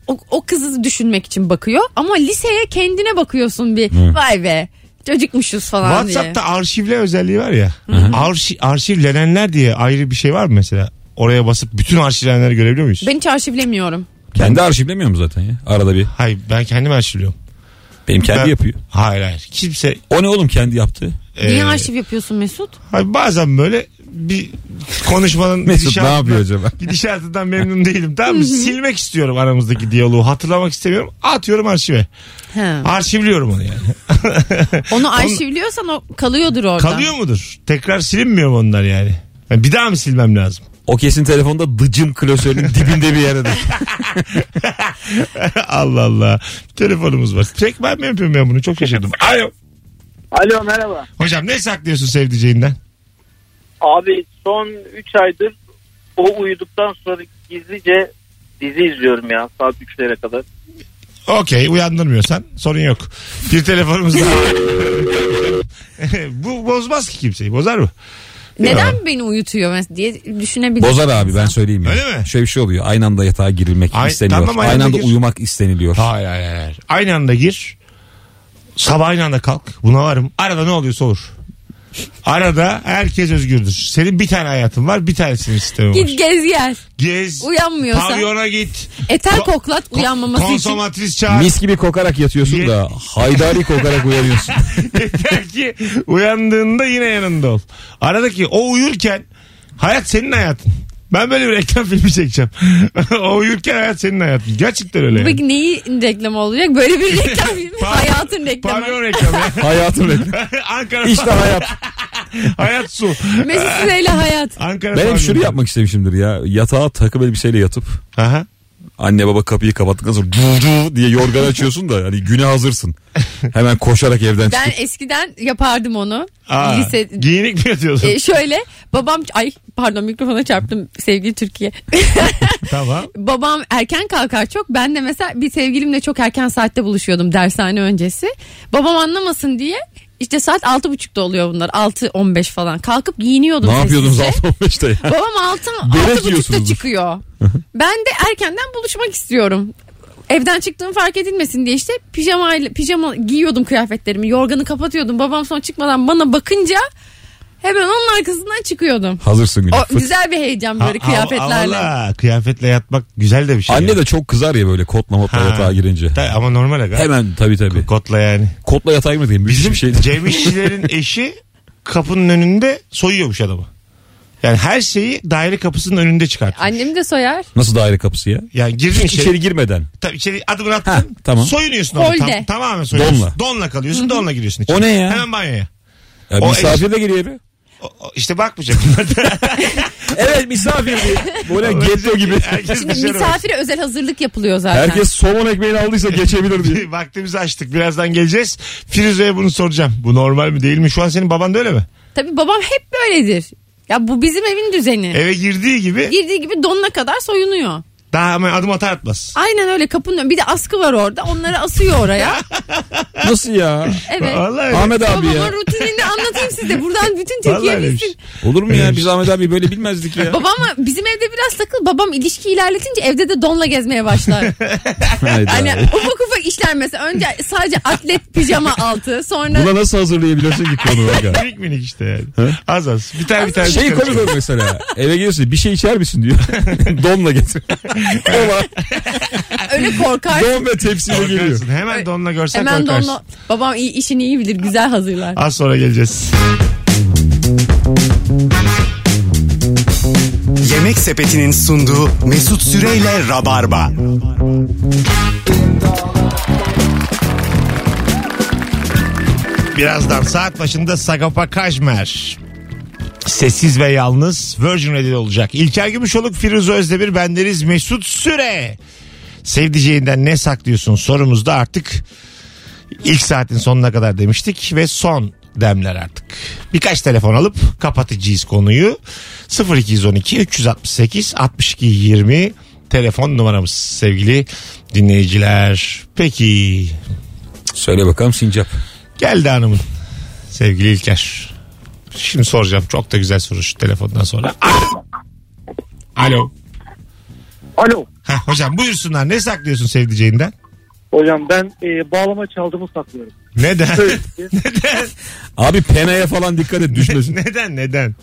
[SPEAKER 4] o, o kızı düşünmek için bakıyor. Ama liseye kendine bakıyorsun bir. Vay be çocukmuşuz falan diye.
[SPEAKER 2] WhatsApp'ta arşivle özelliği var ya. Arşi, arşivlenenler diye ayrı bir şey var mı mesela? Oraya basıp bütün arşivlenenleri görebiliyor muyuz?
[SPEAKER 4] Ben hiç arşivlemiyorum.
[SPEAKER 3] Kendi arşivlemiyor mu zaten ya? Arada bir.
[SPEAKER 2] Hayır ben kendim arşivliyorum.
[SPEAKER 3] Benim kendi
[SPEAKER 2] Ben-
[SPEAKER 3] yapıyor.
[SPEAKER 2] Hayır hayır. Kimse
[SPEAKER 3] O ne oğlum kendi yaptı?
[SPEAKER 4] Niye
[SPEAKER 2] e,
[SPEAKER 4] arşiv yapıyorsun Mesut?
[SPEAKER 2] hayır, bazen böyle bir konuşmanın
[SPEAKER 3] Mesut ne
[SPEAKER 2] gidişatından-
[SPEAKER 3] yapıyor acaba?
[SPEAKER 2] Gidişatından memnun değilim. Tamam mı? Silmek istiyorum aramızdaki diyaloğu. Hatırlamak istemiyorum. Atıyorum arşive.
[SPEAKER 4] He.
[SPEAKER 2] Arşivliyorum onu yani.
[SPEAKER 4] Onu arşivliyorsan o kalıyordur orada.
[SPEAKER 2] Kalıyor mudur? Tekrar silinmiyor mu onlar yani? Yani bir daha mı silmem lazım?
[SPEAKER 3] O kesin telefonda dıcım klasörünün dibinde bir yerde.
[SPEAKER 2] Allah Allah. Telefonumuz var. Tek ben mi yapıyorum ben bunu? Çok şaşırdım. Alo.
[SPEAKER 9] Alo merhaba.
[SPEAKER 2] Hocam ne saklıyorsun sevdiceğinden?
[SPEAKER 9] Abi son 3 aydır o uyuduktan sonra gizlice dizi izliyorum ya saat 3'lere kadar.
[SPEAKER 2] Okey uyandırmıyorsan sorun yok. Bir telefonumuz daha. var. Bu bozmaz ki kimseyi. Bozar mı?
[SPEAKER 4] Neden beni uyutuyor mes- diye düşünebilirim.
[SPEAKER 3] Bozar abi ben söyleyeyim ya.
[SPEAKER 2] Öyle mi?
[SPEAKER 3] Şöyle bir şey oluyor. Aynı anda yatağa girilmek
[SPEAKER 2] Ay-
[SPEAKER 3] isteniyor.
[SPEAKER 2] tamam, aynı
[SPEAKER 3] aynı
[SPEAKER 2] anda
[SPEAKER 3] anda
[SPEAKER 2] gir.
[SPEAKER 3] uyumak isteniliyor.
[SPEAKER 2] Hayır hayır hayır. Aynı anda gir. Sabah aynı anda kalk. Buna varım. Arada ne oluyorsa olur. Arada herkes özgürdür. Senin bir tane hayatın var, bir tane sinir sistemin var.
[SPEAKER 4] Git gez gel.
[SPEAKER 2] Gez.
[SPEAKER 4] Uyanmıyorsan.
[SPEAKER 2] Pavyona git.
[SPEAKER 4] Eter
[SPEAKER 2] Ko-
[SPEAKER 4] koklat uyanmaması için.
[SPEAKER 2] Konsomatris çağır.
[SPEAKER 3] Mis gibi kokarak yatıyorsun da haydari kokarak uyanıyorsun.
[SPEAKER 2] Yeter ki uyandığında yine yanında ol. Aradaki o uyurken hayat senin hayatın. Ben böyle bir reklam filmi çekeceğim. o uyurken hayat senin hayatın. Gerçekten öyle. Yani.
[SPEAKER 4] Peki neyin reklamı olacak? Böyle bir reklam filmi.
[SPEAKER 2] Par-
[SPEAKER 4] Hayatın reklamı.
[SPEAKER 2] Pavyon reklamı. ya.
[SPEAKER 3] Hayatım benim.
[SPEAKER 2] Ankara
[SPEAKER 3] İşte hayat.
[SPEAKER 2] hayat su.
[SPEAKER 4] Mesut Süreyle hayat.
[SPEAKER 2] Ankara
[SPEAKER 3] Ben hep
[SPEAKER 2] pavyon.
[SPEAKER 3] şunu yapmak istemişimdir ya. Yatağa takım elbiseyle yatıp
[SPEAKER 2] Aha.
[SPEAKER 3] anne baba kapıyı kapattıktan sonra cuv cuv diye yorgan açıyorsun da hani güne hazırsın. Hemen koşarak evden çıkıp.
[SPEAKER 4] Ben eskiden yapardım onu.
[SPEAKER 2] Aa,
[SPEAKER 4] Lise,
[SPEAKER 2] Giyinik mi yatıyorsun?
[SPEAKER 4] e, şöyle babam ay pardon mikrofona çarptım sevgili Türkiye.
[SPEAKER 2] tamam.
[SPEAKER 4] babam erken kalkar çok. Ben de mesela bir sevgilimle çok erken saatte buluşuyordum dershane öncesi. Babam anlamasın diye işte saat altı buçukta oluyor bunlar. 6.15 falan. Kalkıp giyiniyordum.
[SPEAKER 3] Ne yapıyordunuz
[SPEAKER 4] sessizce.
[SPEAKER 3] 6.15'te ya?
[SPEAKER 4] Babam altı,
[SPEAKER 3] Börek
[SPEAKER 4] altı buçukta
[SPEAKER 3] yiyorsunuzdur.
[SPEAKER 4] çıkıyor. ben de erkenden buluşmak istiyorum. Evden çıktığım fark edilmesin diye işte pijama pijama giyiyordum kıyafetlerimi. Yorganı kapatıyordum. Babam sonra çıkmadan bana bakınca hemen onun arkasından çıkıyordum.
[SPEAKER 3] Hazırsın güne.
[SPEAKER 4] O
[SPEAKER 3] Fıt.
[SPEAKER 4] güzel bir heyecan
[SPEAKER 2] Ha-
[SPEAKER 4] böyle kıyafetlerle.
[SPEAKER 2] ha- valla, kıyafetle yatmak güzel de bir şey.
[SPEAKER 3] Anne
[SPEAKER 2] ya.
[SPEAKER 3] de çok kızar ya böyle kotla motla
[SPEAKER 2] Ha.
[SPEAKER 3] yatağa girince.
[SPEAKER 2] Ta- ama normal aga.
[SPEAKER 3] Hemen tabii tabii.
[SPEAKER 2] Kotla yani.
[SPEAKER 3] Kotla yatağa girmediğim bizim bir şey.
[SPEAKER 2] Cem İşçilerin eşi kapının önünde soyuyormuş adamı. Yani her şeyi daire kapısının önünde çıkartıyor.
[SPEAKER 4] Annem de soyar.
[SPEAKER 3] Nasıl daire kapısı ya?
[SPEAKER 2] Yani girdin
[SPEAKER 3] Hiç
[SPEAKER 2] içeri.
[SPEAKER 3] içeri girmeden.
[SPEAKER 2] Tabii içeri adımını attın.
[SPEAKER 3] Ha, tamam.
[SPEAKER 2] Soyunuyorsun orada.
[SPEAKER 4] Holde.
[SPEAKER 2] Tam, tamamen soyunuyorsun. Donla.
[SPEAKER 3] Donla.
[SPEAKER 2] kalıyorsun. Donla giriyorsun içeri.
[SPEAKER 3] O ne ya?
[SPEAKER 2] Hemen banyoya.
[SPEAKER 3] Ya
[SPEAKER 2] O
[SPEAKER 3] misafir de geliyor eve.
[SPEAKER 2] O- o- İşte bakmayacak bunlar da.
[SPEAKER 3] Evet misafir diye. Böyle getto gibi.
[SPEAKER 2] Herkes
[SPEAKER 4] Şimdi
[SPEAKER 2] dışarı bak.
[SPEAKER 4] misafire özel hazırlık yapılıyor zaten.
[SPEAKER 3] Herkes somon ekmeğini aldıysa geçebilir diye.
[SPEAKER 2] Vaktimizi açtık. Birazdan geleceğiz. Firuze'ye bunu soracağım. Bu normal mi değil mi? Şu an senin baban da öyle mi?
[SPEAKER 4] Tabii babam hep böyledir. Ya bu bizim evin düzeni.
[SPEAKER 2] Eve girdiği gibi
[SPEAKER 4] Girdiği gibi donuna kadar soyunuyor.
[SPEAKER 2] daha hemen adım atar atmaz.
[SPEAKER 4] Aynen öyle kapının önü- Bir de askı var orada. Onları asıyor oraya.
[SPEAKER 3] Nasıl ya?
[SPEAKER 4] Evet.
[SPEAKER 2] Vallahi öyle.
[SPEAKER 3] Ahmet abi
[SPEAKER 4] Babamın
[SPEAKER 3] ya.
[SPEAKER 4] rutinini anlatayım size. Buradan bütün
[SPEAKER 2] Vallahi şey.
[SPEAKER 4] Türkiye
[SPEAKER 2] öyleymiş.
[SPEAKER 4] bilsin.
[SPEAKER 3] Olur mu ya? Biz Ahmet abi böyle bilmezdik ya.
[SPEAKER 4] Babam bizim evde biraz takıl. Babam ilişki ilerletince evde de donla gezmeye başlar.
[SPEAKER 3] Hayda.
[SPEAKER 4] hani ufak ufak işler mesela. Önce sadece atlet pijama altı. Sonra
[SPEAKER 3] Buna nasıl hazırlayabiliyorsun ki konu bak ya?
[SPEAKER 2] Minik minik işte yani. az az. Bir tane bir tane.
[SPEAKER 3] Şey
[SPEAKER 2] çıkaracak.
[SPEAKER 3] komik olur mesela. Eve geliyorsun bir şey içer misin diyor. Donla getir. Kola,
[SPEAKER 4] öyle korkar.
[SPEAKER 3] don ve tepsiyle geliyor.
[SPEAKER 2] Korkarsın. Hemen donla görsen
[SPEAKER 4] Hemen
[SPEAKER 2] korkarsın.
[SPEAKER 4] donla. Babam iyi, işini iyi bilir. Güzel hazırlar.
[SPEAKER 2] Az sonra geleceğiz.
[SPEAKER 1] Yemek Sepeti'nin sunduğu Mesut Süreyle Rabarba.
[SPEAKER 2] Birazdan saat başında Sagopa Kajmer. Sessiz ve yalnız Virgin Radio'da olacak. İlker Gümüşoluk, Firuze Özdemir, bendeniz Mesut Süre. Sevdiceğinden ne saklıyorsun sorumuzda artık ilk saatin sonuna kadar demiştik ve son demler artık. Birkaç telefon alıp kapatacağız konuyu. 0212 368 62 20 telefon numaramız sevgili dinleyiciler. Peki
[SPEAKER 3] Söyle bakalım sincap.
[SPEAKER 2] Geldi hanımın. Sevgili İlker. Şimdi soracağım. Çok da güzel soru şu telefondan sonra. Alo. Alo.
[SPEAKER 9] Alo.
[SPEAKER 2] Heh, hocam buyursunlar. Ne saklıyorsun sevdiceğinden?
[SPEAKER 9] Hocam ben e, bağlama çaldığımı saklıyorum.
[SPEAKER 2] Neden?
[SPEAKER 9] Şöyle, ki-
[SPEAKER 2] neden?
[SPEAKER 3] Abi penaya falan dikkat et düşmesin.
[SPEAKER 2] Neden? Neden?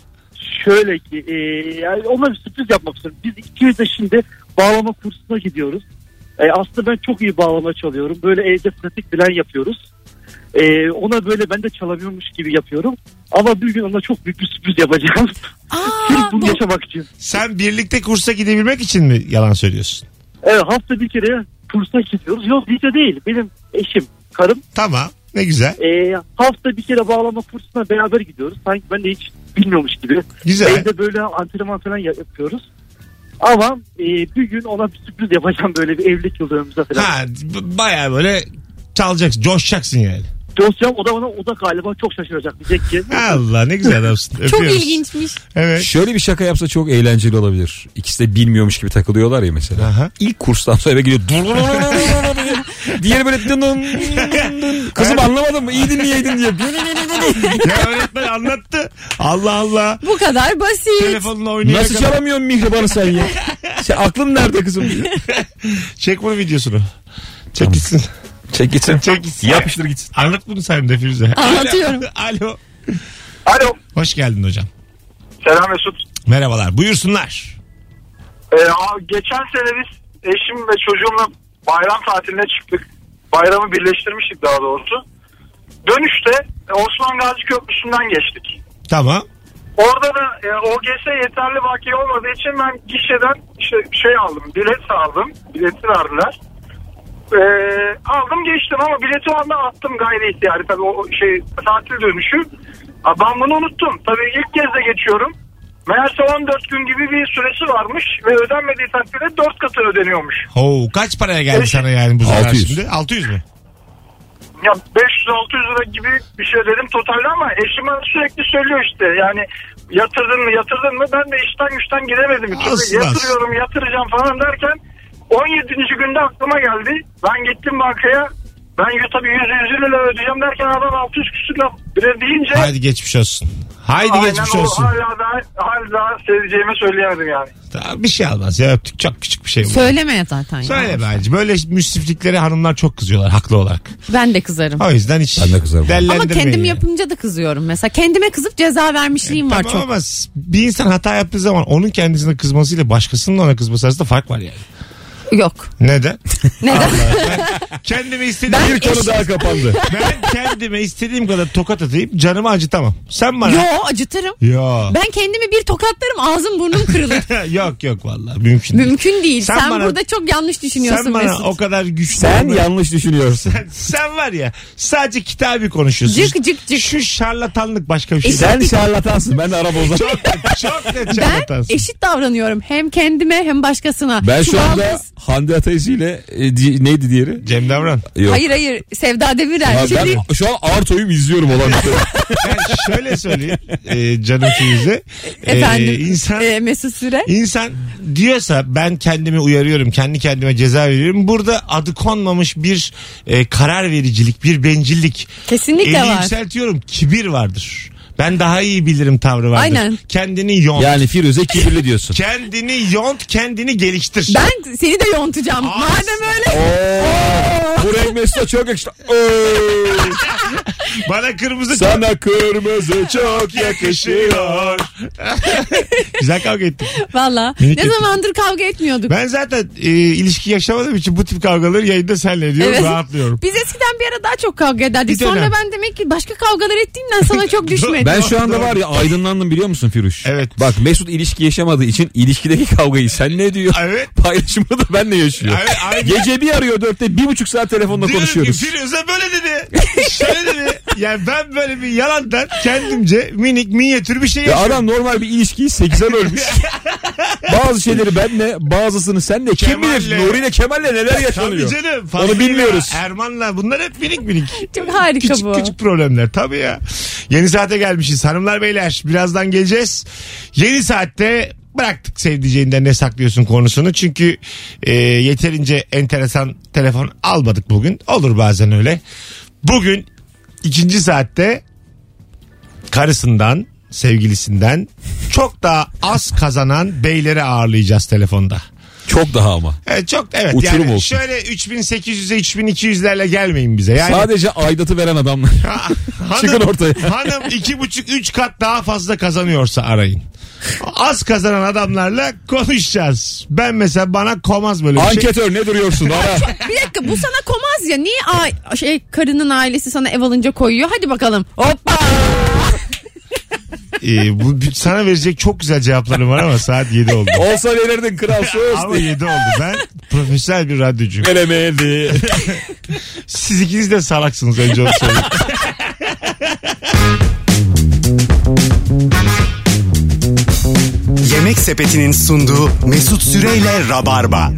[SPEAKER 9] şöyle ki e, yani ona bir sürpriz yapmak istiyorum. Biz ikimiz de şimdi bağlama kursuna gidiyoruz. E, aslında ben çok iyi bağlama çalıyorum. Böyle evde pratik falan yapıyoruz. E, ona böyle ben de çalamıyormuş gibi yapıyorum. Ama bir gün ona çok büyük bir sürpriz yapacağım.
[SPEAKER 4] Aa,
[SPEAKER 9] Sırf bunu
[SPEAKER 4] bu-
[SPEAKER 9] yaşamak için.
[SPEAKER 2] Sen birlikte kursa gidebilmek için mi yalan söylüyorsun?
[SPEAKER 9] Evet hafta bir kere kursa gidiyoruz. Yok bir de değil. Benim eşim, karım
[SPEAKER 2] Tamam. Ne güzel.
[SPEAKER 9] e, hafta bir kere bağlama kursuna beraber gidiyoruz. Sanki ben de hiç bilmiyormuş gibi.
[SPEAKER 2] Güzel.
[SPEAKER 9] Evde böyle antrenman falan ya- yapıyoruz. Ama e, bir gün ona bir sürpriz yapacağım böyle bir evlilik yıldönümümüze falan.
[SPEAKER 2] Ha, b- bayağı böyle çalacaksın, coşacaksın yani.
[SPEAKER 9] Dosyam o da bana o da galiba çok şaşıracak. Diyecek ki
[SPEAKER 2] Allah ne güzel adamsın.
[SPEAKER 4] Çok
[SPEAKER 2] Öpüyoruz.
[SPEAKER 4] ilginçmiş.
[SPEAKER 2] Evet.
[SPEAKER 3] Şöyle bir şaka yapsa çok eğlenceli olabilir. İkisi de bilmiyormuş gibi takılıyorlar ya mesela.
[SPEAKER 2] Aha.
[SPEAKER 3] İlk kurstan sonra eve geliyor. Dur, dur, dur, dur, dur, dur, dur. Diğeri böyle dın dın dın dın. Kızım anlamadın mı? İyi dinleyeydin diye.
[SPEAKER 2] ya öğretmen anlattı. Allah Allah.
[SPEAKER 4] Bu kadar basit.
[SPEAKER 2] Telefonla oynayarak.
[SPEAKER 3] Nasıl çalamıyorsun mihribanı sen ya? Sen aklın nerede kızım?
[SPEAKER 2] Çek bunu videosunu. Çek gitsin.
[SPEAKER 3] Çek gitsin.
[SPEAKER 2] Çek gitsin.
[SPEAKER 3] Yapıştır gitsin.
[SPEAKER 2] Anlat bunu sen de Firuze.
[SPEAKER 4] Anlatıyorum.
[SPEAKER 2] Alo.
[SPEAKER 7] Alo.
[SPEAKER 2] Hoş geldin hocam.
[SPEAKER 7] Selam Mesut.
[SPEAKER 2] Merhabalar. Buyursunlar.
[SPEAKER 7] Ee, abi geçen sene biz eşim ve çocuğumla bayram tatiline çıktık. Bayramı birleştirmiştik daha
[SPEAKER 10] e,
[SPEAKER 7] doğrusu. Dönüşte Osman Gazi Köprüsü'nden geçtik.
[SPEAKER 2] Tamam.
[SPEAKER 10] Orada da e, OGS yeterli bakiye olmadığı için ben gişeden şey, şey aldım. Bilet aldım. Bileti verdiler. E, aldım geçtim ama bileti o anda attım gayri ihtiyari. Tabii o o şey tatil dönüşü. Ha, Ben bunu unuttum. Tabii ilk kez de geçiyorum. Meğerse 14 gün gibi bir süresi varmış ve ödenmediği takdirde 4 katı ödeniyormuş.
[SPEAKER 2] Oo, kaç paraya geldi sana yani bu zarar
[SPEAKER 3] 600.
[SPEAKER 2] şimdi? 600 mü?
[SPEAKER 10] Ya 500-600 lira gibi bir şey dedim totalde ama eşim bana sürekli söylüyor işte yani yatırdın mı yatırdın mı ben de işten güçten gidemedim. Bir türlü
[SPEAKER 2] Aslında.
[SPEAKER 10] yatırıyorum yatıracağım falan derken 17. günde aklıma geldi. Ben gittim bankaya ben y- tabii 100 150 lira ödeyeceğim derken adam 600 küsür lira deyince
[SPEAKER 2] Haydi geçmiş olsun. Haydi
[SPEAKER 10] aynen
[SPEAKER 2] geçmiş
[SPEAKER 10] o
[SPEAKER 2] olsun.
[SPEAKER 10] hala daha, hala daha seveceğimi söyleyemedim yani.
[SPEAKER 2] Tamam, bir şey almaz ya öptük çok küçük bir şey bu.
[SPEAKER 4] Söyleme zaten. ya.
[SPEAKER 2] Söyle bence. Böyle müsrifliklere hanımlar çok kızıyorlar haklı olarak.
[SPEAKER 4] Ben de kızarım.
[SPEAKER 2] O yüzden hiç
[SPEAKER 3] Ben de kızarım.
[SPEAKER 4] Ama
[SPEAKER 2] dellendirmeyin
[SPEAKER 4] kendim
[SPEAKER 2] yani.
[SPEAKER 4] yapınca da kızıyorum. Mesela kendime kızıp ceza vermişliğim var
[SPEAKER 2] Tamam
[SPEAKER 4] çok.
[SPEAKER 2] ama s- bir insan hata yaptığı zaman onun kendisine kızmasıyla başkasının ona kızması arasında fark var yani.
[SPEAKER 4] Yok.
[SPEAKER 2] Neden?
[SPEAKER 4] Neden?
[SPEAKER 2] kendime istediğim
[SPEAKER 3] Bir konu daha kapandı.
[SPEAKER 2] ben kendime istediğim kadar tokat atayım canımı acıtamam. Sen bana
[SPEAKER 4] Yo acıtırım.
[SPEAKER 2] Yo.
[SPEAKER 4] Ben kendimi bir tokatlarım ağzım burnum kırılır.
[SPEAKER 2] yok yok vallahi mümkün değil.
[SPEAKER 4] Mümkün değil.
[SPEAKER 2] Sen
[SPEAKER 4] Sen,
[SPEAKER 2] bana-
[SPEAKER 4] burada çok yanlış düşünüyorsun
[SPEAKER 2] Sen bana
[SPEAKER 4] Mesut.
[SPEAKER 2] o kadar güçlü
[SPEAKER 3] Sen
[SPEAKER 2] olma-
[SPEAKER 3] yanlış düşünüyorsun.
[SPEAKER 2] Sen var ya sadece kitabı konuşuyorsun.
[SPEAKER 4] Cık cık cık.
[SPEAKER 2] Şu şarlatanlık başka bir şey.
[SPEAKER 4] Eşit-
[SPEAKER 2] değil.
[SPEAKER 3] Sen şarlatansın. Ben de ara bozan.
[SPEAKER 2] çok net, çok net
[SPEAKER 4] Ben
[SPEAKER 2] şarlatansın.
[SPEAKER 4] eşit davranıyorum hem kendime hem başkasına.
[SPEAKER 3] Ben şu anda
[SPEAKER 4] Bağımsız-
[SPEAKER 3] Hande Ataizi ile e, di- neydi diğeri?
[SPEAKER 2] Cem Davran.
[SPEAKER 3] Yok.
[SPEAKER 4] Hayır hayır Sevda Demirel.
[SPEAKER 3] Ha,
[SPEAKER 4] Şimdi-
[SPEAKER 3] ben şu an Arto'yu izliyorum olan bir şey.
[SPEAKER 2] Ben şöyle söyleyeyim e, canım Fiyuz'e. E,
[SPEAKER 4] Efendim
[SPEAKER 2] insan,
[SPEAKER 4] e, Mesut Süre.
[SPEAKER 2] insan diyorsa ben kendimi uyarıyorum, kendi kendime ceza veriyorum. Burada adı konmamış bir e, karar vericilik, bir bencillik.
[SPEAKER 4] Kesinlikle
[SPEAKER 2] Eli
[SPEAKER 4] var.
[SPEAKER 2] yükseltiyorum, kibir vardır. Ben daha iyi bilirim tavrı vardır.
[SPEAKER 4] Aynen.
[SPEAKER 2] Kendini yont.
[SPEAKER 3] Yani Firuze kibirli diyorsun.
[SPEAKER 2] Kendini yont, kendini geliştir.
[SPEAKER 4] Ben seni de yontacağım.
[SPEAKER 2] Aa,
[SPEAKER 4] Madem öyle.
[SPEAKER 3] Ee, Bu renk Mesut'a çok yakıştı. Oy,
[SPEAKER 2] Bana kırmızı
[SPEAKER 3] sana kırmızı çok yakışıyor.
[SPEAKER 2] Güzel kavga ettik.
[SPEAKER 4] Valla.
[SPEAKER 2] Minik
[SPEAKER 4] Ne
[SPEAKER 2] ettim.
[SPEAKER 4] zamandır kavga etmiyorduk.
[SPEAKER 2] Ben zaten e, ilişki yaşamadığım için bu tip kavgaları yayında senle ediyorum.
[SPEAKER 4] Evet.
[SPEAKER 2] Rahatlıyorum.
[SPEAKER 4] Biz eskiden bir ara daha çok kavga ederdik.
[SPEAKER 2] Bir dönem.
[SPEAKER 4] Sonra ben demek ki başka kavgalar ettiğimden sana çok düşmedim.
[SPEAKER 3] Ben şu anda var ya aydınlandım biliyor musun Firuş?
[SPEAKER 2] Evet.
[SPEAKER 3] Bak Mesut ilişki yaşamadığı için ilişkideki kavgayı sen ne diyor?
[SPEAKER 2] Evet.
[SPEAKER 3] Paylaşımı da benle yaşıyor.
[SPEAKER 2] Evet, aynen.
[SPEAKER 3] Gece bir arıyor dörtte bir buçuk saat telefonla
[SPEAKER 2] Diyorum
[SPEAKER 3] konuşuyoruz.
[SPEAKER 2] ki Firuze böyle dedi. Şöyle dedi. Yani ben böyle bir yalandan kendimce minik minyatür bir şey
[SPEAKER 3] Ya
[SPEAKER 2] yapıyorum.
[SPEAKER 3] adam normal bir ilişkiyi sekize bölmüş. Bazı şeyleri benle, bazısını senle. Kim bilir
[SPEAKER 2] Kemal'le.
[SPEAKER 3] Nuri'yle Kemal'le neler
[SPEAKER 2] Tabii
[SPEAKER 3] yaşanıyor.
[SPEAKER 2] canım.
[SPEAKER 3] Onu
[SPEAKER 2] Fazlıyla,
[SPEAKER 3] bilmiyoruz.
[SPEAKER 2] Erman'la bunlar hep minik minik.
[SPEAKER 4] Çok harika
[SPEAKER 2] küçük
[SPEAKER 4] bu.
[SPEAKER 2] küçük problemler tabii ya. Yeni saate gelmişiz hanımlar beyler. Birazdan geleceğiz. Yeni saatte bıraktık sevdiceğinden ne saklıyorsun konusunu. Çünkü e, yeterince enteresan telefon almadık bugün. Olur bazen öyle. Bugün ikinci saatte karısından sevgilisinden çok daha az kazanan beyleri ağırlayacağız telefonda.
[SPEAKER 3] Çok daha ama.
[SPEAKER 2] Evet, E, çok evet
[SPEAKER 3] Uçurum
[SPEAKER 2] yani
[SPEAKER 3] olsun.
[SPEAKER 2] şöyle 3800'e 3200'lerle gelmeyin bize. Yani
[SPEAKER 3] Sadece aidatı veren adamlar.
[SPEAKER 2] hanım,
[SPEAKER 3] Çıkın ortaya.
[SPEAKER 2] hanım iki buçuk üç kat daha fazla kazanıyorsa arayın. Az kazanan adamlarla konuşacağız. Ben mesela bana komaz böyle bir şey.
[SPEAKER 3] Anketör ne duruyorsun? Ara.
[SPEAKER 4] Bir dakika bu sana komaz ya. Niye a- şey, karının ailesi sana ev alınca koyuyor? Hadi bakalım. Hoppa.
[SPEAKER 2] Ee, bu, bir- sana verecek çok güzel cevaplarım var ama saat 7 oldu.
[SPEAKER 3] Olsa verirdin kral söz
[SPEAKER 2] ama
[SPEAKER 3] diye.
[SPEAKER 2] 7 oldu. Ben profesyonel bir radyocuyum.
[SPEAKER 3] Veremedi.
[SPEAKER 2] Siz ikiniz de salaksınız önce onu söyleyeyim.
[SPEAKER 1] Yemek Sepeti'nin sunduğu Mesut Süreyle Rabarba.